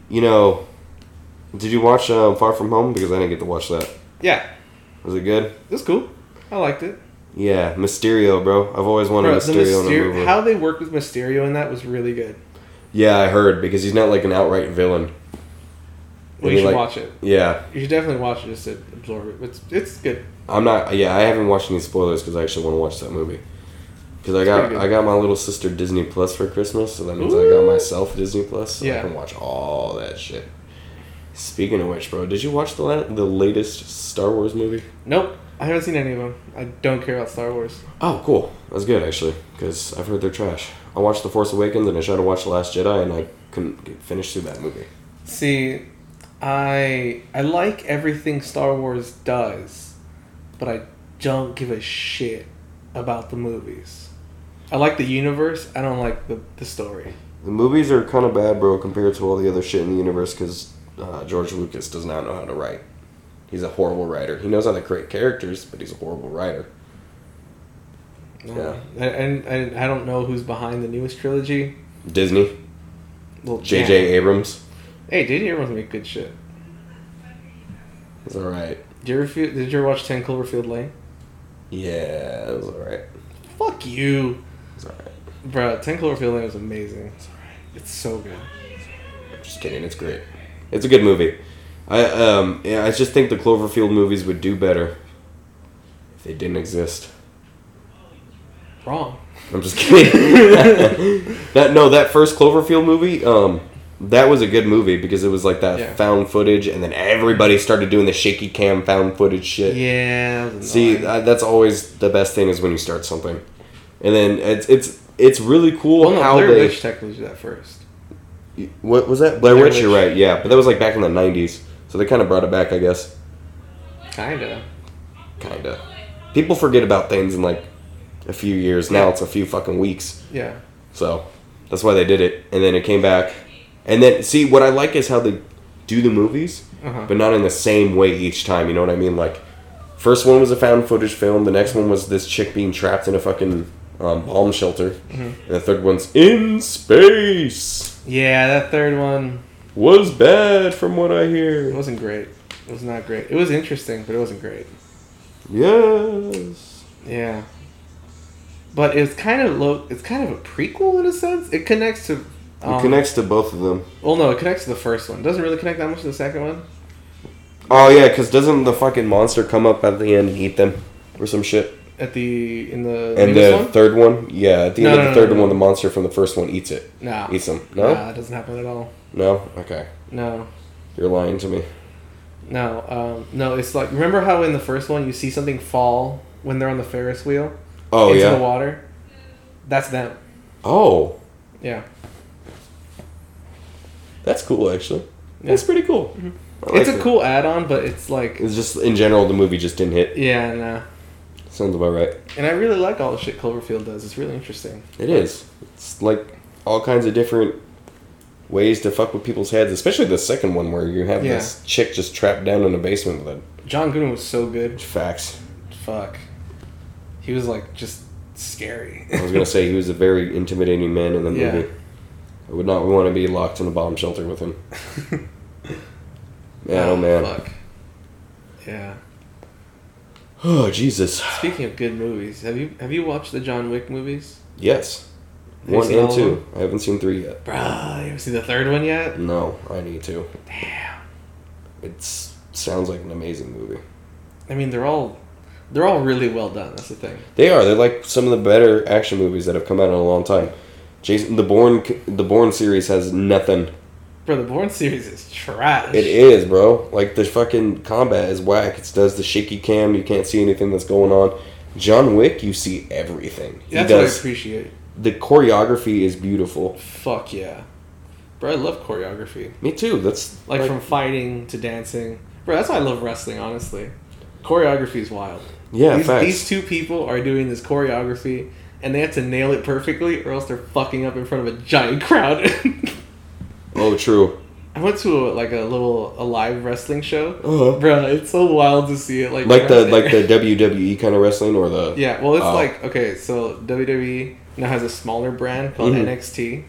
Speaker 1: You know, um, did you watch uh, Far From Home? Because I didn't get to watch that.
Speaker 2: Yeah,
Speaker 1: Was it good?
Speaker 2: it was cool. I liked it.
Speaker 1: Yeah, Mysterio, bro. I've always wanted
Speaker 2: Bro, the
Speaker 1: Mysterio in a
Speaker 2: Myster-
Speaker 1: movie.
Speaker 2: how they worked with Mysterio in that was really good.
Speaker 1: Yeah, I heard because he's not like an outright villain.
Speaker 2: Well,
Speaker 1: I
Speaker 2: you
Speaker 1: mean,
Speaker 2: should
Speaker 1: like-
Speaker 2: watch it.
Speaker 1: Yeah,
Speaker 2: You should definitely watch it just to absorb it. It's it's good.
Speaker 1: I'm not. Yeah, I haven't watched any spoilers because I actually want to watch that movie. Because I got
Speaker 2: pretty good.
Speaker 1: I got my little sister Disney Plus for Christmas, so that means I got
Speaker 2: Ooh.
Speaker 1: myself Disney Plus, so I
Speaker 2: Yeah.
Speaker 1: can watch all that shit. Speaking of which, bro, did you watch the la- the latest Star Wars movie?
Speaker 2: Nope, I haven't seen any of them. I don't care about Star Wars.
Speaker 1: Oh, cool. That's good actually, because I've heard they're trash. I watched The Force Awakens and I tried to watch The Last Jedi, and I couldn't get, finish through that movie.
Speaker 2: See, I I like everything Star Wars does, but I don't give a shit about the movies. I like the universe. I don't like the, the story.
Speaker 1: The movies are kind of bad, bro, compared to all the other shit in the universe because uh, George Lucas does not know how to write. He's a horrible writer. He knows how to create characters, but he's a horrible writer. Yeah.
Speaker 2: And, and, and I don't know who's behind the newest trilogy.
Speaker 1: Disney,
Speaker 2: Well,
Speaker 1: J.J.
Speaker 2: damn.
Speaker 1: Abrams,
Speaker 2: Hey, JJ Abrams make good shit.
Speaker 1: it's all right.
Speaker 2: Did you ever, feel- did you ever watch Ten Cloverfield Lane?
Speaker 1: Yeah, it was all right.
Speaker 2: Fuck you,
Speaker 1: It's all right.
Speaker 2: bro. Ten Cloverfield Lane was amazing. It's so good.
Speaker 1: Just kidding. It's great. It's a good movie. I um, yeah, I just think the Cloverfield movies would do better if they didn't exist.
Speaker 2: Wrong.
Speaker 1: I'm just kidding. that no, that first Cloverfield movie, um, that was a good movie because it was like that
Speaker 2: Yeah.
Speaker 1: found footage, and then everybody started doing the shaky cam found footage shit.
Speaker 2: Yeah. Oh, that was
Speaker 1: See,
Speaker 2: annoying.
Speaker 1: I, that's always the best thing is when you start something, and then it's it's it's really cool
Speaker 2: well, no,
Speaker 1: how
Speaker 2: Blair
Speaker 1: they.
Speaker 2: Witch technically did that first.
Speaker 1: What was that? Blair,
Speaker 2: Blair
Speaker 1: Witch, You're
Speaker 2: Witch.
Speaker 1: right. Yeah, but that was like back in the '90s, so they kind of brought it back, I guess.
Speaker 2: Kinda.
Speaker 1: Kinda. People forget about things in like a few years. Now it's a few fucking weeks.
Speaker 2: Yeah.
Speaker 1: So that's why they did it. And then it came back. And then see what I like is how they do the movies,
Speaker 2: Uh-huh.
Speaker 1: but not in the same way each time. You know what I mean? Like first one was a found footage film. The next one was this chick being trapped in a fucking um, bomb shelter. And the third one's in space.
Speaker 2: Yeah, that third one
Speaker 1: Was bad from what I
Speaker 2: it
Speaker 1: hear.
Speaker 2: wasn't great. It was not great. It was interesting, but it wasn't great.
Speaker 1: Yes.
Speaker 2: Yeah. But it's kind of low. It's kind of a prequel in a sense. It connects to. Um,
Speaker 1: it connects to both of them.
Speaker 2: Well, no, it connects to the first one. Doesn't really connect that much to the second one.
Speaker 1: Oh yeah, because doesn't the fucking monster come up at the end and eat them or some shit?
Speaker 2: At the in the
Speaker 1: And
Speaker 2: newest
Speaker 1: the
Speaker 2: one?
Speaker 1: third one, yeah, at the
Speaker 2: No,
Speaker 1: end
Speaker 2: no,
Speaker 1: of the
Speaker 2: no,
Speaker 1: third
Speaker 2: no. Ah.
Speaker 1: one, the monster from the first one eats it,
Speaker 2: no,
Speaker 1: eats them. No,
Speaker 2: no, that doesn't happen at all.
Speaker 1: no, okay,
Speaker 2: No,
Speaker 1: you're lying to me.
Speaker 2: no, um, no. It's like remember how in the first one you see something fall when they're on the Ferris wheel
Speaker 1: Oh
Speaker 2: into the
Speaker 1: yeah.
Speaker 2: water. That's them.
Speaker 1: Oh,
Speaker 2: Yeah.
Speaker 1: that's cool actually.
Speaker 2: Yeah. Mm-hmm.
Speaker 1: That's pretty cool. I like
Speaker 2: it's a
Speaker 1: it.
Speaker 2: cool add-on, but it's like
Speaker 1: It's just in general, the movie just didn't hit.
Speaker 2: yeah, no.
Speaker 1: Sounds about right.
Speaker 2: And I really like all the shit Cloverfield does. It's really interesting.
Speaker 1: It is. It's like all kinds of different ways to fuck with people's heads, especially the second one where you have
Speaker 2: Yeah.
Speaker 1: this chick just trapped down in a basement with a
Speaker 2: John Goodman was so good.
Speaker 1: facts.
Speaker 2: Fuck. He was like just scary.
Speaker 1: I was gonna say he was a very intimidating man in the
Speaker 2: Yeah.
Speaker 1: movie. I would not want to be locked in a bomb shelter with him. Man, oh, man.
Speaker 2: Ah, Fuck. Yeah.
Speaker 1: Oh Jesus.
Speaker 2: Speaking of good movies, have you have you watched the John Wick movies?
Speaker 1: Yes.
Speaker 2: Have you
Speaker 1: One
Speaker 2: seen
Speaker 1: and
Speaker 2: all of
Speaker 1: two.
Speaker 2: them?
Speaker 1: I haven't seen three yet.
Speaker 2: Bruh, you haven't seen the third one yet?
Speaker 1: No, I need to.
Speaker 2: Damn.
Speaker 1: It sounds like an amazing movie.
Speaker 2: I mean, they're all they're all really well done. That's the thing.
Speaker 1: They are. They're like some of the better action movies that have come out in a long time. Jason, the Bourne, the Bourne series has nothing.
Speaker 2: Bro, the Bourne series is trash.
Speaker 1: It is, bro. Like the fucking combat is whack. It does the shaky cam. You can't see anything that's going on. John Wick, you see everything. He
Speaker 2: That's what I
Speaker 1: does.
Speaker 2: appreciate.
Speaker 1: the choreography is beautiful.
Speaker 2: Fuck yeah. Bro, I love choreography.
Speaker 1: Me too. That's
Speaker 2: Like from fighting to dancing. Bro, that's why I love wrestling, honestly. Choreography is wild.
Speaker 1: yeah,
Speaker 2: these,
Speaker 1: facts.
Speaker 2: these two people are doing this choreography and they have to nail it perfectly or else they're fucking up in front of a giant crowd.
Speaker 1: Oh, true.
Speaker 2: I went to a, like a little a live wrestling show.
Speaker 1: Uh-huh.
Speaker 2: Bro, it's so wild to see it like
Speaker 1: Like the
Speaker 2: right
Speaker 1: like the
Speaker 2: there.
Speaker 1: WWE kind of wrestling or the
Speaker 2: Yeah, well it's
Speaker 1: Oh.
Speaker 2: like okay, so WWE now has a smaller brand called
Speaker 1: Mhm.
Speaker 2: NXT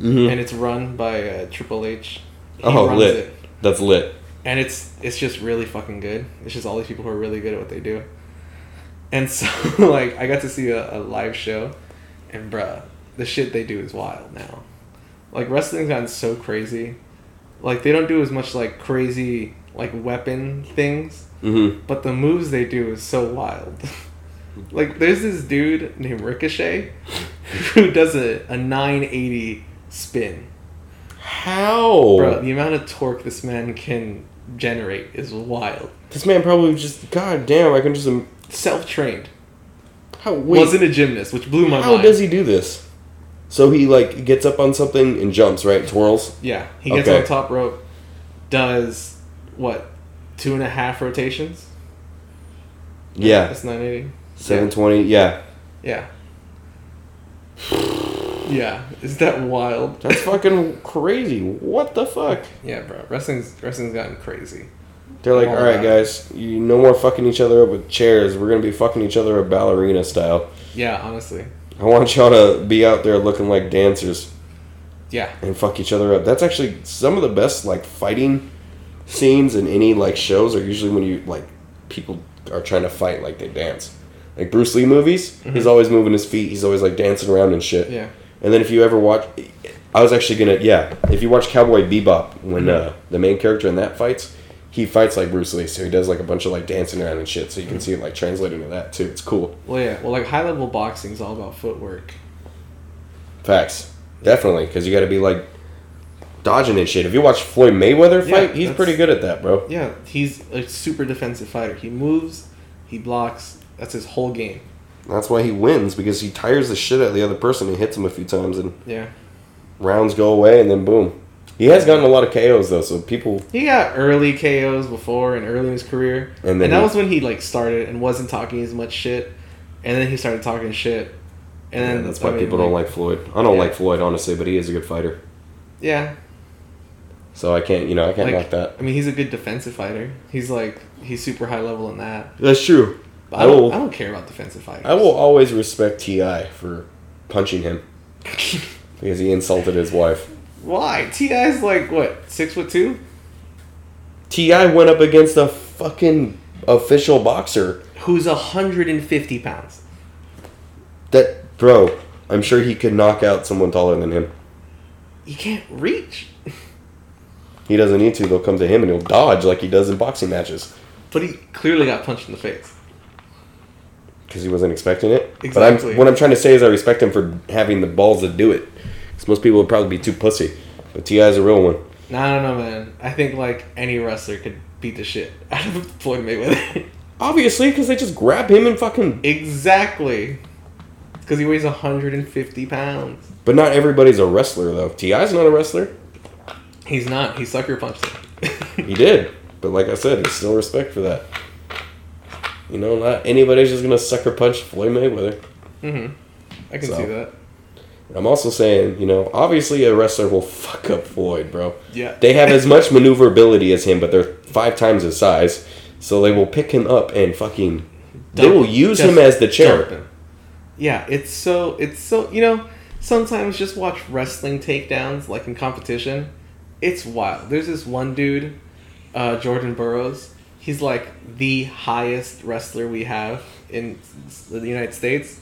Speaker 1: Mhm.
Speaker 2: and it's run by uh, Triple H. He
Speaker 1: Oh,
Speaker 2: runs
Speaker 1: lit.
Speaker 2: it.
Speaker 1: That's lit.
Speaker 2: and it's it's just really fucking good. It's just all these people who are really good at what they do. And so like I got to see a, a live show, and bruh, the shit they do is wild now. Like wrestling's gotten so crazy, like they don't do as much like crazy like weapon things,
Speaker 1: Mm-hmm.
Speaker 2: but the moves they do is so wild. like there's this dude named Ricochet, who does a, a nine eighty spin.
Speaker 1: How?
Speaker 2: Bro, the amount of torque this man can generate is wild.
Speaker 1: This man probably just, god damn, I can just, im-
Speaker 2: Self trained.
Speaker 1: how, wait,
Speaker 2: Wasn't a gymnast, which blew my
Speaker 1: how
Speaker 2: mind.
Speaker 1: does he do this? So he, like, gets up on something and jumps, right? Twirls?
Speaker 2: yeah, he gets
Speaker 1: Okay.
Speaker 2: on the top rope, does what, two and a half rotations?
Speaker 1: Yeah.
Speaker 2: That's 980.
Speaker 1: 720, yeah.
Speaker 2: Yeah. Yeah, is that wild?
Speaker 1: That's fucking crazy. What the fuck?
Speaker 2: yeah, bro. Wrestling's wrestling's gotten crazy.
Speaker 1: They're like,
Speaker 2: Oh,
Speaker 1: all right,
Speaker 2: God.
Speaker 1: guys, you no more fucking each other up with chairs. We're gonna be fucking each other up ballerina style.
Speaker 2: Yeah, honestly.
Speaker 1: I want y'all to be out there looking like dancers
Speaker 2: Yeah.
Speaker 1: and fuck each other up. That's actually some of the best like fighting scenes in any like shows are usually when you like people are trying to fight like they dance. Like Bruce Lee movies, he's always moving his feet. He's always like dancing around and shit.
Speaker 2: Mm-hmm. Yeah.
Speaker 1: And then if you ever watch, I was actually gonna yeah. If you watch Cowboy Bebop, when uh, the main character in that fights, he fights like Bruce Lee, so he does like a bunch of like dancing around and shit. So you can see it like translated into that too. It's cool.
Speaker 2: Well, yeah. Well, like high level boxing is all about footwork.
Speaker 1: Facts, definitely, because you got to be like dodging and shit. If you watch Floyd Mayweather
Speaker 2: Yeah,
Speaker 1: fight, he's
Speaker 2: that's-
Speaker 1: pretty good at that, bro.
Speaker 2: Yeah, he's a super defensive fighter. He moves, he blocks. That's his whole game.
Speaker 1: That's why he wins because he tires the shit out of the other person and hits him a few times, and
Speaker 2: Yeah.
Speaker 1: rounds go away, and then boom. He has gotten a lot of KOs though, so people
Speaker 2: He got early KOs before and early in his career.
Speaker 1: And
Speaker 2: And,
Speaker 1: then
Speaker 2: that
Speaker 1: he-
Speaker 2: was when he like started and wasn't talking as much shit. And then he started talking shit. And
Speaker 1: Yeah,
Speaker 2: then
Speaker 1: that's why
Speaker 2: I mean,
Speaker 1: people don't like Floyd. I don't
Speaker 2: Yeah.
Speaker 1: like Floyd honestly, but he is a good fighter.
Speaker 2: Yeah.
Speaker 1: So I can't, you know, I can't
Speaker 2: Like,
Speaker 1: knock that.
Speaker 2: I mean he's a good defensive fighter. He's like he's super high level in that.
Speaker 1: That's true.
Speaker 2: But
Speaker 1: I
Speaker 2: I don't
Speaker 1: will.
Speaker 2: I don't care about defensive fighters.
Speaker 1: I will always respect Ti for punching him because he insulted his wife.
Speaker 2: Why? TI's like what, six foot two?
Speaker 1: Ti went up against a fucking official boxer.
Speaker 2: Who's hundred and fifty pounds.
Speaker 1: That bro, I'm sure he could knock out someone taller than him.
Speaker 2: You can't reach.
Speaker 1: He doesn't need to. They'll come to him and he'll dodge like he does in boxing matches
Speaker 2: But he clearly got punched in the face.
Speaker 1: because he wasn't expecting it. But
Speaker 2: Exactly.
Speaker 1: I'm, what I'm trying to say is I respect him for having the balls to do it. 'Cause most people would probably be too pussy, but Ti is a real one.
Speaker 2: No, no, no, man. I think like any wrestler could beat the shit out of Floyd Mayweather.
Speaker 1: Obviously, because they just grab him and fucking.
Speaker 2: exactly. Because he weighs 150 pounds.
Speaker 1: But not everybody's a wrestler though. Ti's not a wrestler.
Speaker 2: He's not. He sucker punched him.
Speaker 1: He did, but like I said, there's still respect for that. You know, not anybody's just gonna sucker punch Floyd Mayweather.
Speaker 2: mm-hmm. I can
Speaker 1: So.
Speaker 2: see that.
Speaker 1: And I'm also saying, you know, obviously a wrestler will fuck up Floyd, bro.
Speaker 2: Yeah.
Speaker 1: They have as much maneuverability as him, but they're five times his size, so they will pick him up and fucking. they
Speaker 2: Dump-
Speaker 1: will use
Speaker 2: just
Speaker 1: him as the chair.
Speaker 2: dump him. Yeah, it's so it's so you know. Sometimes just watch wrestling takedowns like in competition. It's wild. There's this one dude, uh, Jordan Burroughs. He's like the highest wrestler we have in s- the United States,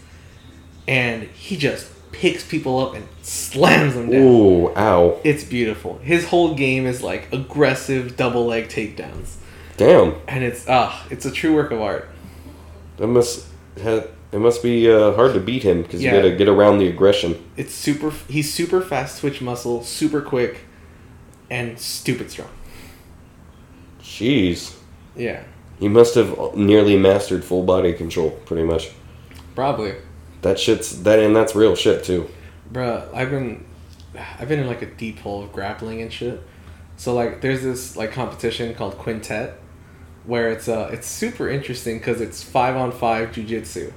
Speaker 2: and he just picks people up and slams them down.
Speaker 1: Ooh, ow,
Speaker 2: It's beautiful. His whole game is like aggressive double leg takedowns,
Speaker 1: damn.
Speaker 2: and it's ah, it's a true work of art.
Speaker 1: That must have, it must be uh, hard to beat him because
Speaker 2: Yeah.
Speaker 1: you gotta get around the aggression.
Speaker 2: It's super. He's super fast twitch muscle, super quick, and stupid strong.
Speaker 1: Jeez,
Speaker 2: Yeah,
Speaker 1: he must have nearly mastered full body control, pretty much.
Speaker 2: probably,
Speaker 1: That shit's that, and that's real shit too.
Speaker 2: bruh. I've been, I've been in like a deep hole of grappling and shit. So like, there's this like competition called quintet, where it's uh, it's super interesting because it's five on five jujitsu,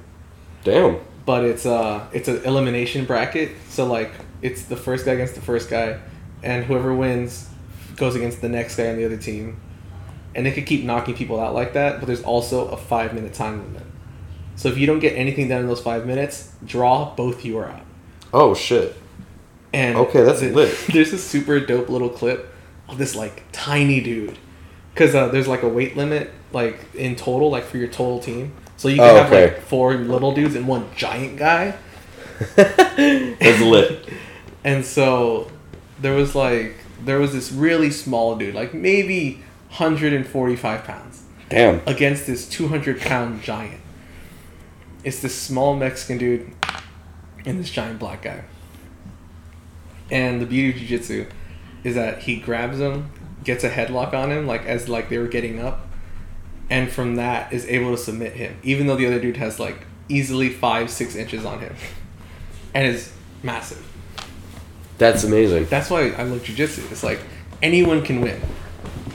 Speaker 1: Damn,
Speaker 2: but it's uh, it's an elimination bracket. So like, it's the first guy against the first guy, and whoever wins goes against the next guy on the other team and they could keep knocking people out like that, but there's also a five minute time limit. So if you don't get anything done in those five minutes, draw, both you are out.
Speaker 1: oh shit,
Speaker 2: And
Speaker 1: Okay, that's
Speaker 2: the-
Speaker 1: lit.
Speaker 2: There's this super dope little clip of this like tiny dude, because uh, there's like a weight limit like in total, like for your total team. So you can
Speaker 1: Oh,
Speaker 2: have
Speaker 1: okay.
Speaker 2: like four little dudes and one giant guy.
Speaker 1: It's lit.
Speaker 2: And so there was like there was this really small dude, like maybe 145 pounds,
Speaker 1: Damn.
Speaker 2: against this 200 pound giant. It's this small Mexican dude and this giant black guy. And the beauty of jiu-jitsu is that he grabs him, gets a headlock on him, like as like they were getting up, and from that is able to submit him, even though the other dude has like easily five, six inches on him, and is massive.
Speaker 1: That's amazing.
Speaker 2: That's why I love jujitsu. It's like anyone can win.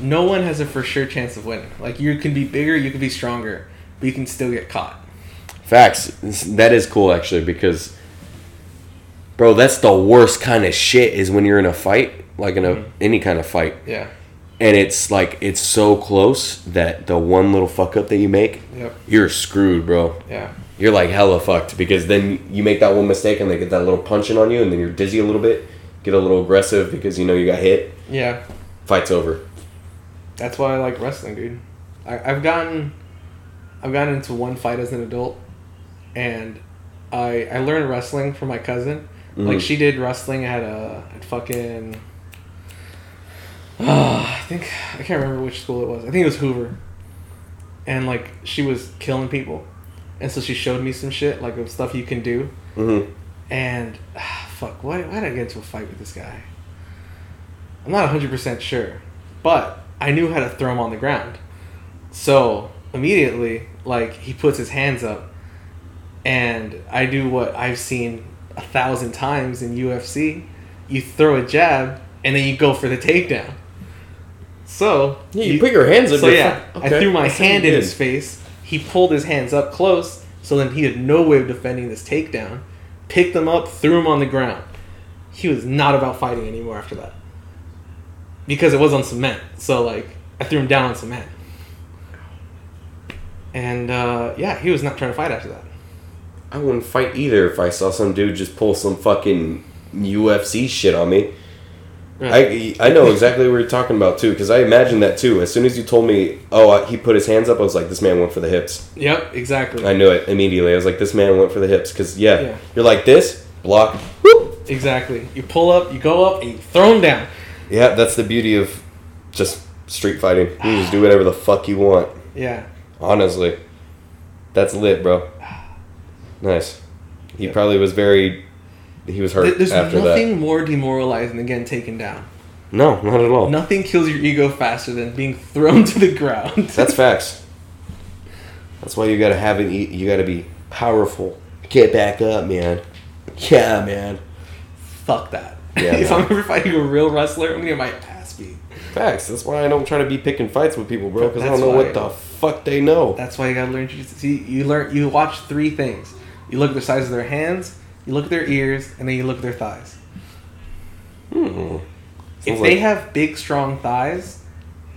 Speaker 2: No one has a for sure chance of winning. Like you can be bigger, you can be stronger, but you can still get caught.
Speaker 1: Facts. That is cool actually because bro, that's the worst kind of shit is when you're in a fight, like in a any kind of fight,
Speaker 2: Yeah.
Speaker 1: and it's like it's so close that the one little fuck up that you make,
Speaker 2: Yep.
Speaker 1: you're screwed, bro.
Speaker 2: Yeah.
Speaker 1: You're like hella fucked because then you make that one mistake and they get that little punching on you and then you're dizzy a little bit, get a little aggressive because you know you got hit,
Speaker 2: Yeah.
Speaker 1: fight's over.
Speaker 2: That's why I like wrestling, dude. I, I've gotten, I've gotten into one fight as an adult, and I I learned wrestling from my cousin. Like
Speaker 1: Mhm.
Speaker 2: she did wrestling at a at fucking. I think I can't remember which school it was. I think it was Hoover. And like she was killing people, and so she showed me some shit like of stuff you can do.
Speaker 1: Mm-hmm.
Speaker 2: And ah, fuck, why, why did I get into a fight with this guy? I'm not 100% sure, but I knew how to throw him on the ground. So immediately, like, he puts his hands up, and I do what I've seen a thousand times in UFC you throw a jab, and then you go for the takedown. So,
Speaker 1: Yeah, you, put your hands up.
Speaker 2: so
Speaker 1: you're
Speaker 2: yeah,
Speaker 1: fuck-
Speaker 2: I
Speaker 1: okay,
Speaker 2: threw my
Speaker 1: that's what you
Speaker 2: hand in
Speaker 1: did.
Speaker 2: his face. He pulled his hands up close, so then he had no way of defending this takedown. Picked them up, threw him on the ground. He was not about fighting anymore after that, because it was on cement. So like, I threw him down on cement, and uh, yeah, he was not trying to fight after that.
Speaker 1: I wouldn't fight either if I saw some dude just pull some fucking UFC shit on me. I, I know exactly what you're talking about too, because I imagined that too. As soon as you told me, oh, uh, he put his hands up, I was like, this man went for the hips.
Speaker 2: Yep, exactly,
Speaker 1: I knew it immediately. I was like, this man went for the hips, because yeah,
Speaker 2: Yeah.
Speaker 1: you're like this block. Whoop.
Speaker 2: exactly. You pull up, you go up, and you throw him down.
Speaker 1: Yeah, that's the beauty of just street fighting. You just do whatever the fuck you want.
Speaker 2: Yeah,
Speaker 1: Honestly, that's lit, bro. Nice. He probably was very. He was
Speaker 2: There-
Speaker 1: hurt
Speaker 2: there's
Speaker 1: after
Speaker 2: nothing
Speaker 1: that.
Speaker 2: more demoralizing than getting taken down.
Speaker 1: No, not at all.
Speaker 2: Nothing kills your ego faster than being thrown to the ground.
Speaker 1: That's facts. That's why you gotta have it. You you gotta be powerful. Get back up, man. Yeah, man.
Speaker 2: Fuck that.
Speaker 1: Yeah,
Speaker 2: if
Speaker 1: no.
Speaker 2: I'm ever fighting a real wrestler, I'm gonna get my ass beat.
Speaker 1: Facts. That's why I don't try to be picking fights with people, bro. Because I
Speaker 2: That's
Speaker 1: don't know
Speaker 2: why-
Speaker 1: what the fuck they know.
Speaker 2: That's why you gotta learn jiu-jitsu. See, you learn, you watch three things. You look at the size of their hands, you look at their ears, and then you look at their thighs.
Speaker 1: Hmm.
Speaker 2: if
Speaker 1: Sounds
Speaker 2: they
Speaker 1: like-
Speaker 2: have big, strong thighs,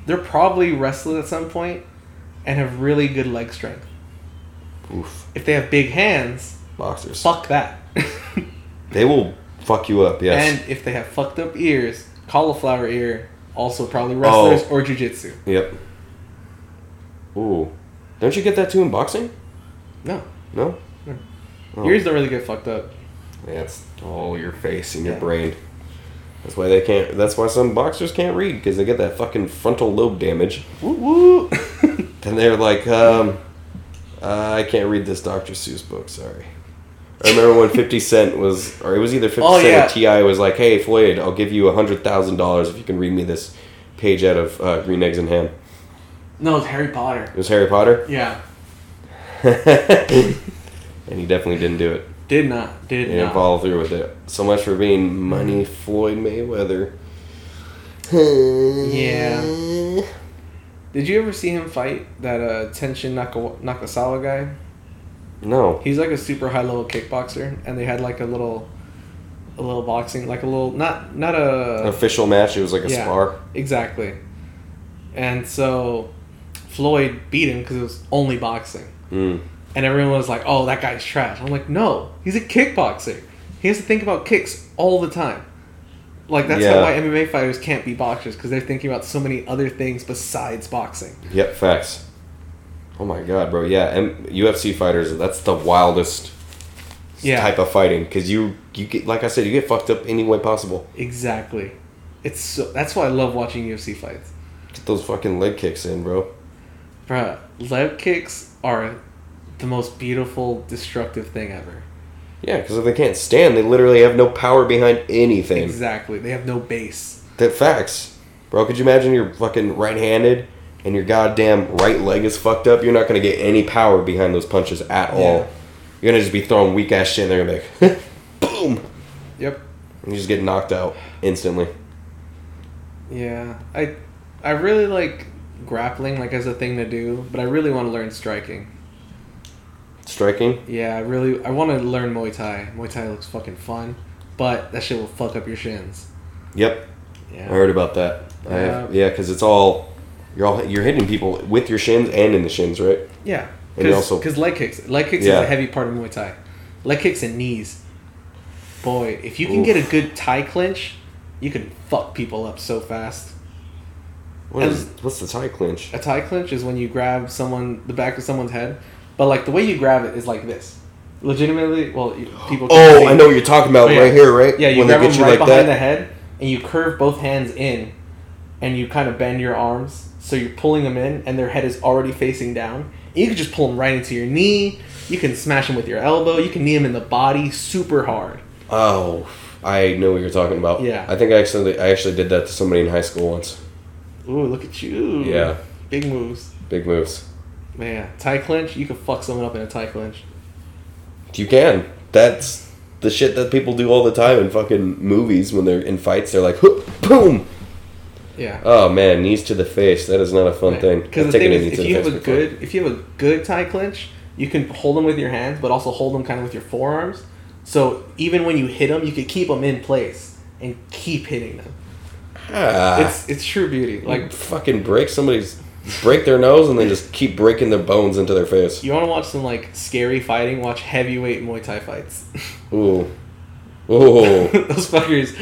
Speaker 2: they're probably wrestlers at some point and have really good leg strength.
Speaker 1: Oof.
Speaker 2: If they have big hands,
Speaker 1: Boxers.
Speaker 2: fuck that.
Speaker 1: They will fuck you up. Yes.
Speaker 2: And if they have fucked up ears, cauliflower ear, also probably wrestlers
Speaker 1: Oh.
Speaker 2: or jujitsu.
Speaker 1: yep. Ooh. Don't you get that too in boxing?
Speaker 2: No.
Speaker 1: No. Oh.
Speaker 2: Ears don't really get fucked up.
Speaker 1: That's all your face and your
Speaker 2: Yeah.
Speaker 1: brain. That's why they can't. That's why some boxers can't read because they get that fucking frontal lobe damage.
Speaker 2: Woo woo.
Speaker 1: And they're like, um, uh, I can't read this Dr. Seuss book, sorry. I remember when 50 Cent was, or it was either 50
Speaker 2: Oh,
Speaker 1: Cent
Speaker 2: yeah.
Speaker 1: or T.I. was like, hey, Floyd, I'll give you $100,000 if you can read me this page out of uh, Green Eggs and Ham.
Speaker 2: no, it's Harry
Speaker 1: It
Speaker 2: Potter.
Speaker 1: was Harry Potter?
Speaker 2: Yeah.
Speaker 1: and he definitely didn't do it.
Speaker 2: Did not. Did
Speaker 1: He didn't
Speaker 2: not.
Speaker 1: follow through with it. So much for being money
Speaker 2: Mm-hmm.
Speaker 1: Floyd Mayweather.
Speaker 2: Yeah. Did you ever see him fight that uh, Tenshin Naka- Nakasawa guy?
Speaker 1: No.
Speaker 2: He's like a super high level kickboxer, and they had like a little, a little boxing, like a little not not
Speaker 1: An
Speaker 2: a
Speaker 1: official match, it was like a
Speaker 2: Yeah.
Speaker 1: spar.
Speaker 2: exactly. And so, Floyd beat him because it was only boxing.
Speaker 1: Mm.
Speaker 2: And everyone was like, oh, that guy's trash. I'm like, no, he's a kickboxer. He has to think about kicks all the time. Like, that's
Speaker 1: Yeah.
Speaker 2: why MMA fighters can't be boxers because they're thinking about so many other things besides boxing.
Speaker 1: Yep, facts. Oh my god, bro. Yeah, and UFC fighters, that's the wildest
Speaker 2: Yeah.
Speaker 1: type of fighting because you you get like I said, you get fucked up any way possible.
Speaker 2: Exactly. It's so, that's why I love watching UFC fights,
Speaker 1: Get those fucking leg kicks in, bro.
Speaker 2: Bruh, Leg kicks are the most beautiful destructive thing ever.
Speaker 1: Yeah, because if they can't stand, they literally have no power behind anything.
Speaker 2: Exactly. They have no base.
Speaker 1: That facts, bro. Could you imagine you're fucking right-handed and your goddamn right leg is fucked up? You're not gonna get any power behind those punches at
Speaker 2: Yeah.
Speaker 1: all. You're gonna just be throwing weak ass shit, and they're gonna be like, boom,
Speaker 2: Yep.
Speaker 1: and you just get knocked out instantly.
Speaker 2: Yeah. I I really like grappling like as a thing to do, but I really want to learn striking.
Speaker 1: Striking.
Speaker 2: Yeah, I really I want to learn Muay Thai. Muay Thai looks fucking fun, but that shit will fuck up your shins.
Speaker 1: Yep, I
Speaker 2: Yeah.
Speaker 1: heard about that. I have, yeah, because it's all you're all you're hitting people with your shins and in the shins, right?
Speaker 2: Yeah.
Speaker 1: And you also-
Speaker 2: Because leg kicks. Leg kicks
Speaker 1: Yeah.
Speaker 2: is a heavy part of Muay Thai. Leg kicks and knees. Boy, if you can
Speaker 1: Oof.
Speaker 2: get a good Thai clinch, you can fuck people up so fast.
Speaker 1: What is,
Speaker 2: And-
Speaker 1: what's the tie clinch?
Speaker 2: A Thai clinch is when you grab someone, the back of someone's head, but like the way you grab it is like this. Legitimately, well, you, people. can't
Speaker 1: Oh,
Speaker 2: see.
Speaker 1: I know what you're talking about
Speaker 2: But yeah.
Speaker 1: right here, right?
Speaker 2: Yeah, you
Speaker 1: when they
Speaker 2: grab them
Speaker 1: get you
Speaker 2: right
Speaker 1: like
Speaker 2: behind the
Speaker 1: that.
Speaker 2: head, and you curve both hands in, and you kind of bend your arms, so you're pulling them in, and their head is already facing down. You can just pull them right into your knee. You can smash them with your elbow. You can knee them in the body super hard.
Speaker 1: Oh, I know what you're talking about.
Speaker 2: Yeah.
Speaker 1: I think I actually I actually did that to somebody in high school once.
Speaker 2: Ooh, look at you.
Speaker 1: Yeah.
Speaker 2: Big moves.
Speaker 1: Big moves.
Speaker 2: Man, Thai clinch, you can fuck someone up in a Thai clinch.
Speaker 1: You can. That's the shit that people do all the time in fucking movies when they're in fights. They're like, "Hoop, boom.
Speaker 2: Yeah.
Speaker 1: Oh man, knees to the face. That is not a fun thing.
Speaker 2: Because
Speaker 1: I've
Speaker 2: the thing
Speaker 1: taken a
Speaker 2: is,
Speaker 1: knee
Speaker 2: if
Speaker 1: to the
Speaker 2: you have
Speaker 1: face
Speaker 2: a
Speaker 1: before.
Speaker 2: good, if you have a good tie clinch, you can hold them with your hands, but also hold them kind of with your forearms. So even when you hit them, you could keep them in place and keep hitting them.
Speaker 1: Ah,
Speaker 2: It's it's true beauty. Like
Speaker 1: fucking break somebody's break their nose and then just keep breaking their bones into their face.
Speaker 2: you want to watch some like scary fighting? Watch heavyweight Muay Thai fights.
Speaker 1: Ooh, ooh.
Speaker 2: Those fuckers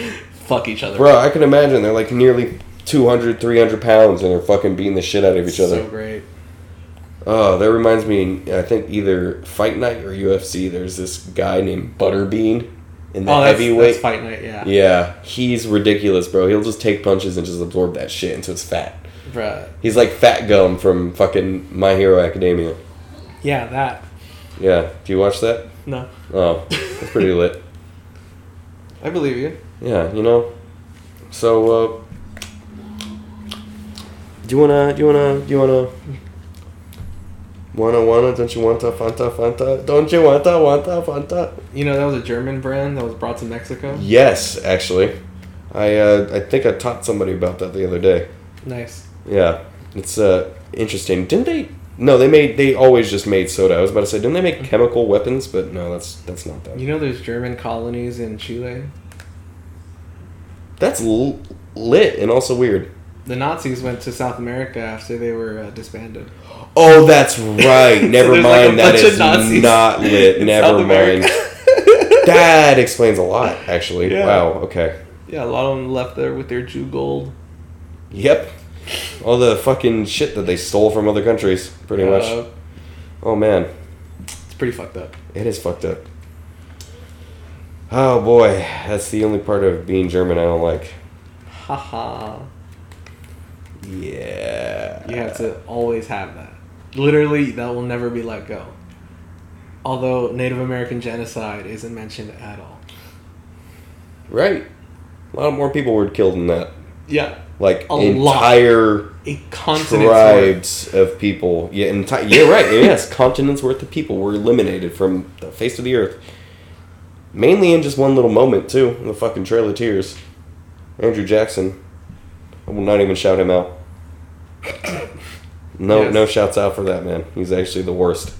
Speaker 2: fuck each other.
Speaker 1: Bro, I can imagine they're like nearly 200, 300 pounds and they're fucking beating the shit out of each other.
Speaker 2: So great.
Speaker 1: Oh, that reminds me. I think either Fight Night or UFC. There's this guy named Butterbean in the
Speaker 2: oh, that's,
Speaker 1: heavyweight.
Speaker 2: that's fight night. Yeah.
Speaker 1: yeah, he's ridiculous, bro. He'll just take punches and just absorb that shit into his fat.
Speaker 2: Bruh.
Speaker 1: He's like Fat Gum from fucking My Hero Academia.
Speaker 2: Yeah, that.
Speaker 1: Yeah, do you watch that?
Speaker 2: No,
Speaker 1: Oh, that's pretty lit.
Speaker 2: I believe you.
Speaker 1: Yeah, you know. So, uh, do you wanna? Do you wanna? Do you wanna? Wanna wanna? Don't you want to Fanta Fanta? Don't you want to Wanta Fanta?
Speaker 2: You know that was a German brand that was brought to Mexico.
Speaker 1: Yes, actually, I uh, I think I taught somebody about that the other day.
Speaker 2: Nice.
Speaker 1: Yeah, it's uh interesting. Didn't they? No, they made they always just made soda. I was about to say, didn't they make
Speaker 2: Mm-hmm.
Speaker 1: chemical weapons? But no, that's that's not that.
Speaker 2: You know there's German colonies in Chile.
Speaker 1: That's l- lit and also weird.
Speaker 2: The Nazis went to South America after they were uh, disbanded.
Speaker 1: Oh, that's right.
Speaker 2: So
Speaker 1: Never
Speaker 2: there's, like, a
Speaker 1: mind. that
Speaker 2: bunch of
Speaker 1: is
Speaker 2: Nazis
Speaker 1: not lit.
Speaker 2: in
Speaker 1: Never
Speaker 2: South
Speaker 1: mind.
Speaker 2: America.
Speaker 1: that explains a lot, actually.
Speaker 2: Yeah.
Speaker 1: Wow. Okay.
Speaker 2: Yeah, a lot of them left there with their Jew gold.
Speaker 1: Yep. All the fucking shit that they stole from other countries, pretty
Speaker 2: Uh,
Speaker 1: much. Oh man.
Speaker 2: It's pretty fucked up.
Speaker 1: It is fucked up. Oh boy, that's the only part of being German I don't like.
Speaker 2: Haha.
Speaker 1: Yeah.
Speaker 2: You have to always have that. Literally, that will never be let go. Although Native American genocide isn't mentioned at all.
Speaker 1: Right. A lot more people were killed than that.
Speaker 2: Yeah,
Speaker 1: Like
Speaker 2: A lot.
Speaker 1: entire
Speaker 2: a continent's worth.
Speaker 1: tribes of people. Yeah, enti- yeah, right. yes, continents worth of people were eliminated from the face of the earth. Mainly in just one little moment too, in the fucking Trail of Tears. Andrew Jackson. I will not even shout him out. No,
Speaker 2: Yes.
Speaker 1: no shouts out for that man. He's actually the worst.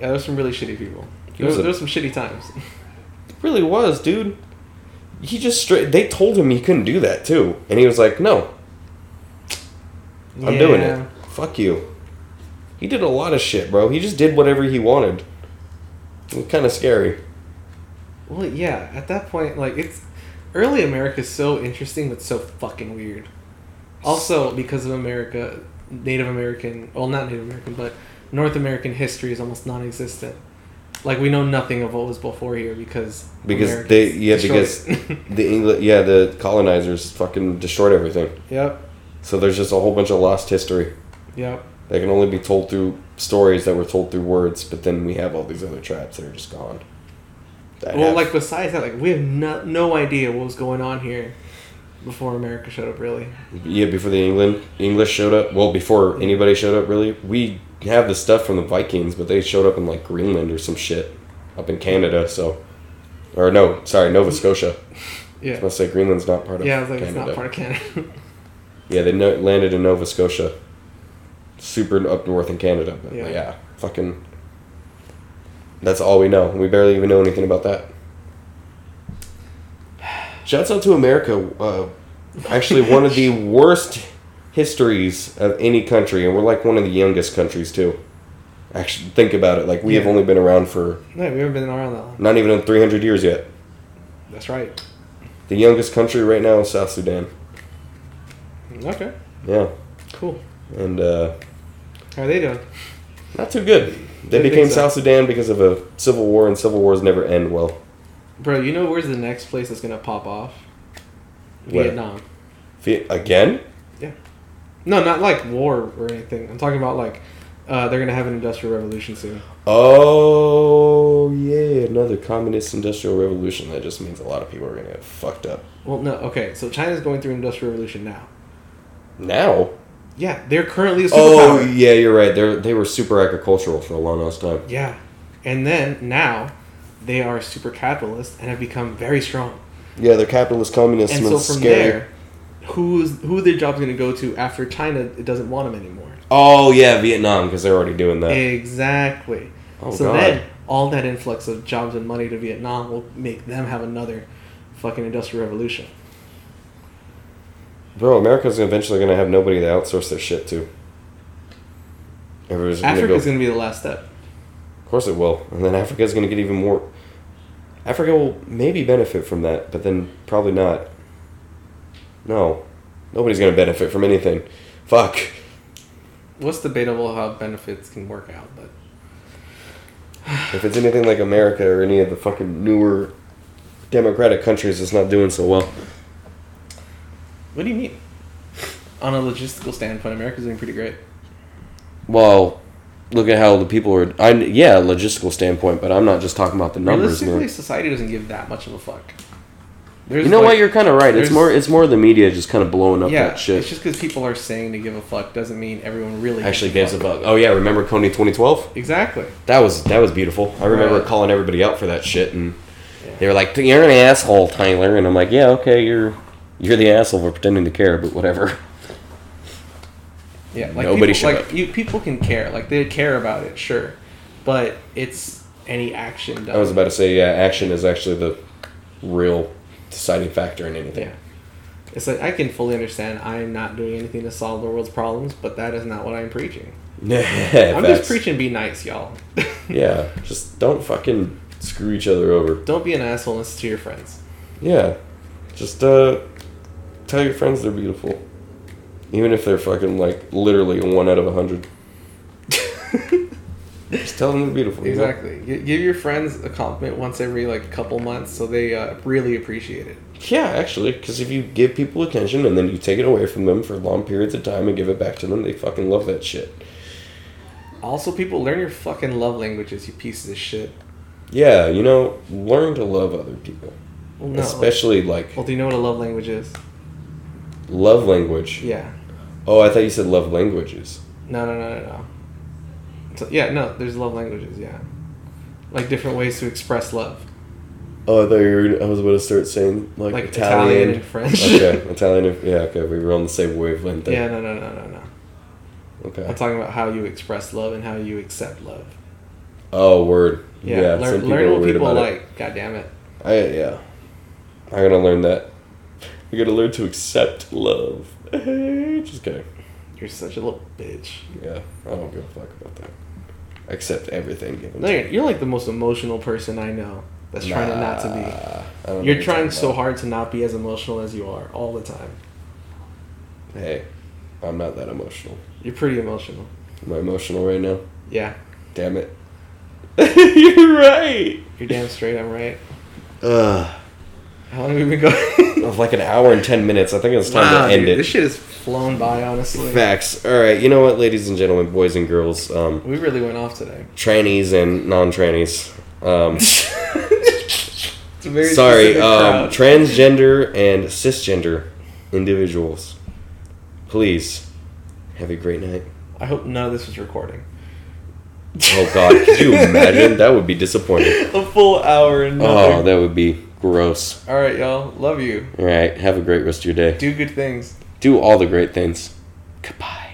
Speaker 2: Yeah, there's some really shitty people.
Speaker 1: He
Speaker 2: There's,
Speaker 1: was a-
Speaker 2: there's some shitty times.
Speaker 1: really was, dude. He just straight. They told him he couldn't do that too, and he was like, "No, I'm doing
Speaker 2: Yeah.
Speaker 1: it. Fuck you." He did a lot of shit, bro. He just did whatever he wanted. It was kind of scary.
Speaker 2: Well, yeah, at that point, like, it's. Early America's so interesting, but so fucking weird. Also, because of America, Native American, well, not Native American, but North American history is almost non-existent. Like we know nothing of what was before here because
Speaker 1: Because
Speaker 2: Americans
Speaker 1: they- yeah,
Speaker 2: destroyed
Speaker 1: because-
Speaker 2: it.
Speaker 1: The English, yeah, the colonizers fucking destroyed everything.
Speaker 2: yep,
Speaker 1: So there's just a whole bunch of lost history
Speaker 2: yep,
Speaker 1: that can only be told through stories that were told through words. But then we have all these other tribes that are just gone. That
Speaker 2: well,
Speaker 1: have-
Speaker 2: like besides that, like we have no, no idea what was going on here before America showed up. Really,
Speaker 1: yeah, before the England English showed up. Well, before anybody showed up, really, we have the stuff from the Vikings, but they showed up in like Greenland or some shit up in Canada. So, or no, sorry, Nova Scotia. I
Speaker 2: yeah,
Speaker 1: must say Greenland's not part of.
Speaker 2: yeah. I was like, it's
Speaker 1: Canada.
Speaker 2: not part of Canada.
Speaker 1: Yeah, they no- landed in Nova Scotia, super up north in Canada. But yeah.
Speaker 2: Yeah.
Speaker 1: fucking. That's all we know. We barely even know anything about that. Shouts out to America. Uh, actually, one of the worst histories of any country, and we're like one of the youngest countries too. Actually, think about it. Like we have
Speaker 2: Yeah.
Speaker 1: only been around for
Speaker 2: no, we haven't been around that long.
Speaker 1: not even three hundred years yet.
Speaker 2: That's right.
Speaker 1: The youngest country right now is South Sudan.
Speaker 2: Okay,
Speaker 1: Yeah,
Speaker 2: cool.
Speaker 1: and. Uh,
Speaker 2: How are they doing?
Speaker 1: Not too good. They
Speaker 2: Didn't
Speaker 1: became
Speaker 2: think so.
Speaker 1: South Sudan because of a civil war, and civil wars never end well.
Speaker 2: Bro, you know where's the next place that's gonna pop off?
Speaker 1: Where?
Speaker 2: Vietnam.
Speaker 1: Fe- Again?
Speaker 2: No, not like war or anything. I'm talking about like uh, they're gonna have an industrial revolution soon.
Speaker 1: Oh, yeah, another communist industrial revolution. That just means a lot of people are going to get fucked up.
Speaker 2: Well, no, okay. So China's going through an industrial revolution now.
Speaker 1: Now?
Speaker 2: Yeah, they're currently a
Speaker 1: Oh,
Speaker 2: superpower.
Speaker 1: yeah, you're right. They they were super agricultural for a long ass time.
Speaker 2: yeah, and then now they are super capitalist and have become very strong.
Speaker 1: Yeah, they're capitalist communists
Speaker 2: And
Speaker 1: and,
Speaker 2: so
Speaker 1: it's
Speaker 2: from
Speaker 1: scary.
Speaker 2: there, who's who their job's gonna go to after China? It doesn't want them anymore.
Speaker 1: Oh, yeah, Vietnam, because they're already doing that.
Speaker 2: Exactly.
Speaker 1: Oh,
Speaker 2: so
Speaker 1: God.
Speaker 2: then all that influx of jobs and money to Vietnam will make them have another fucking industrial revolution.
Speaker 1: Bro, America's eventually going to have nobody to outsource their shit to. Everybody's gonna go-
Speaker 2: Africa's gonna be the last step.
Speaker 1: Of course it will. And then Africa's going to get even more. Africa will maybe benefit from that, but then probably not. No. Nobody's going to benefit from anything. Fuck.
Speaker 2: What's debatable how benefits can work out, but
Speaker 1: If it's anything like America or any of the fucking newer democratic countries, it's not doing so well.
Speaker 2: what do you mean? On a logistical standpoint, America's doing pretty great.
Speaker 1: Well, look at how the people are. I yeah, logistical standpoint, but I'm not just talking about the numbers. man.
Speaker 2: Realistically, society doesn't give that much of a fuck. There's
Speaker 1: You know
Speaker 2: like-
Speaker 1: what? You're kind of right. It's
Speaker 2: there's-
Speaker 1: more. It's more the media just kind of blowing up
Speaker 2: yeah,
Speaker 1: that shit.
Speaker 2: it's just because people are saying to give a fuck doesn't mean everyone really
Speaker 1: Actually,
Speaker 2: gives
Speaker 1: gives a fuck. Oh yeah, remember Coney 2012?
Speaker 2: Exactly.
Speaker 1: That was that was beautiful. I remember
Speaker 2: Right.
Speaker 1: calling everybody out for that shit, and they were like, "You're an asshole, Tyler," and I'm like, "Yeah, okay, you're you're the asshole for pretending to care, but whatever."
Speaker 2: Yeah, like
Speaker 1: Nobody
Speaker 2: people,
Speaker 1: showed
Speaker 2: like
Speaker 1: up.
Speaker 2: you people can care, like they care about it, sure, but it's any action done.
Speaker 1: I was about to say, yeah, action is actually the real deciding factor in anything.
Speaker 2: yeah. It's like I can fully understand I am not doing anything to solve the world's problems, but that is not what I'm preaching.
Speaker 1: Yeah,
Speaker 2: I'm
Speaker 1: facts.
Speaker 2: just preaching be nice, y'all.
Speaker 1: Yeah, just don't fucking screw each other over.
Speaker 2: Don't be an asshole and listen to your friends.
Speaker 1: Yeah, just uh, tell your friends they're beautiful, even if they're fucking like literally one out of a hundred. Just tell them they're beautiful. you know?
Speaker 2: Exactly. G- give your friends a compliment once every like couple months, so they uh, really appreciate it.
Speaker 1: Yeah, actually, because if you give people attention and then you take it away from them for long periods of time and give it back to them, they fucking love that shit.
Speaker 2: Also, people learn your fucking love languages, you pieces of shit.
Speaker 1: Yeah, you know, learn to love other people,
Speaker 2: Well, no.
Speaker 1: especially like
Speaker 2: Well, do you know what a love language is?
Speaker 1: love language.
Speaker 2: Yeah.
Speaker 1: Oh, I thought you said love languages.
Speaker 2: No, no, no, no, no. So, yeah, no, there's love languages, yeah. Like different ways to express love.
Speaker 1: Oh, I thought you were, I was about to start saying like,
Speaker 2: Like
Speaker 1: Italian.
Speaker 2: Italian, and French.
Speaker 1: okay, Italian. and- Yeah, okay, we were on the same wavelength. There.
Speaker 2: yeah, no, no, no, no, no. I'm
Speaker 1: Okay.
Speaker 2: talking about how you express love and how you accept love.
Speaker 1: Oh, word.
Speaker 2: Yeah,
Speaker 1: some
Speaker 2: learn,
Speaker 1: people
Speaker 2: learn
Speaker 1: are
Speaker 2: what
Speaker 1: weird
Speaker 2: people
Speaker 1: about it.
Speaker 2: like. God damn it.
Speaker 1: I yeah. I gotta learn that. I gotta learn to accept love. Just kidding.
Speaker 2: You're such a little bitch.
Speaker 1: Yeah, I don't give a fuck about that. Accept everything given.
Speaker 2: No, you're, you're like the most emotional person I know that's trying to not to
Speaker 1: to
Speaker 2: be. You're trying so hard to not be as emotional as you are all the time.
Speaker 1: Hey, I'm not that emotional.
Speaker 2: You're pretty emotional.
Speaker 1: Am I emotional right now?
Speaker 2: Yeah.
Speaker 1: Damn it. You're right.
Speaker 2: You're damn straight. I'm right.
Speaker 1: Ugh.
Speaker 2: How long have we been going?
Speaker 1: Of like an hour and ten minutes. I think it's time to end
Speaker 2: dude,
Speaker 1: it.
Speaker 2: This shit has flown by, honestly.
Speaker 1: Facts. All right. You know what, ladies and gentlemen, boys and girls, um,
Speaker 2: We really went off today.
Speaker 1: trannies and non-trannies. Um,
Speaker 2: It's a very
Speaker 1: sorry,
Speaker 2: specific
Speaker 1: um,
Speaker 2: crowd.
Speaker 1: transgender and cisgender individuals. Please have a great night.
Speaker 2: I hope none of this was recording.
Speaker 1: Oh God, could you imagine? That would be disappointing.
Speaker 2: a full hour and
Speaker 1: Oh,
Speaker 2: nothing.
Speaker 1: that would be gross.
Speaker 2: All right, y'all. Love you.
Speaker 1: All right. Have a great rest of your day.
Speaker 2: Do good things.
Speaker 1: Do all the great things. Goodbye.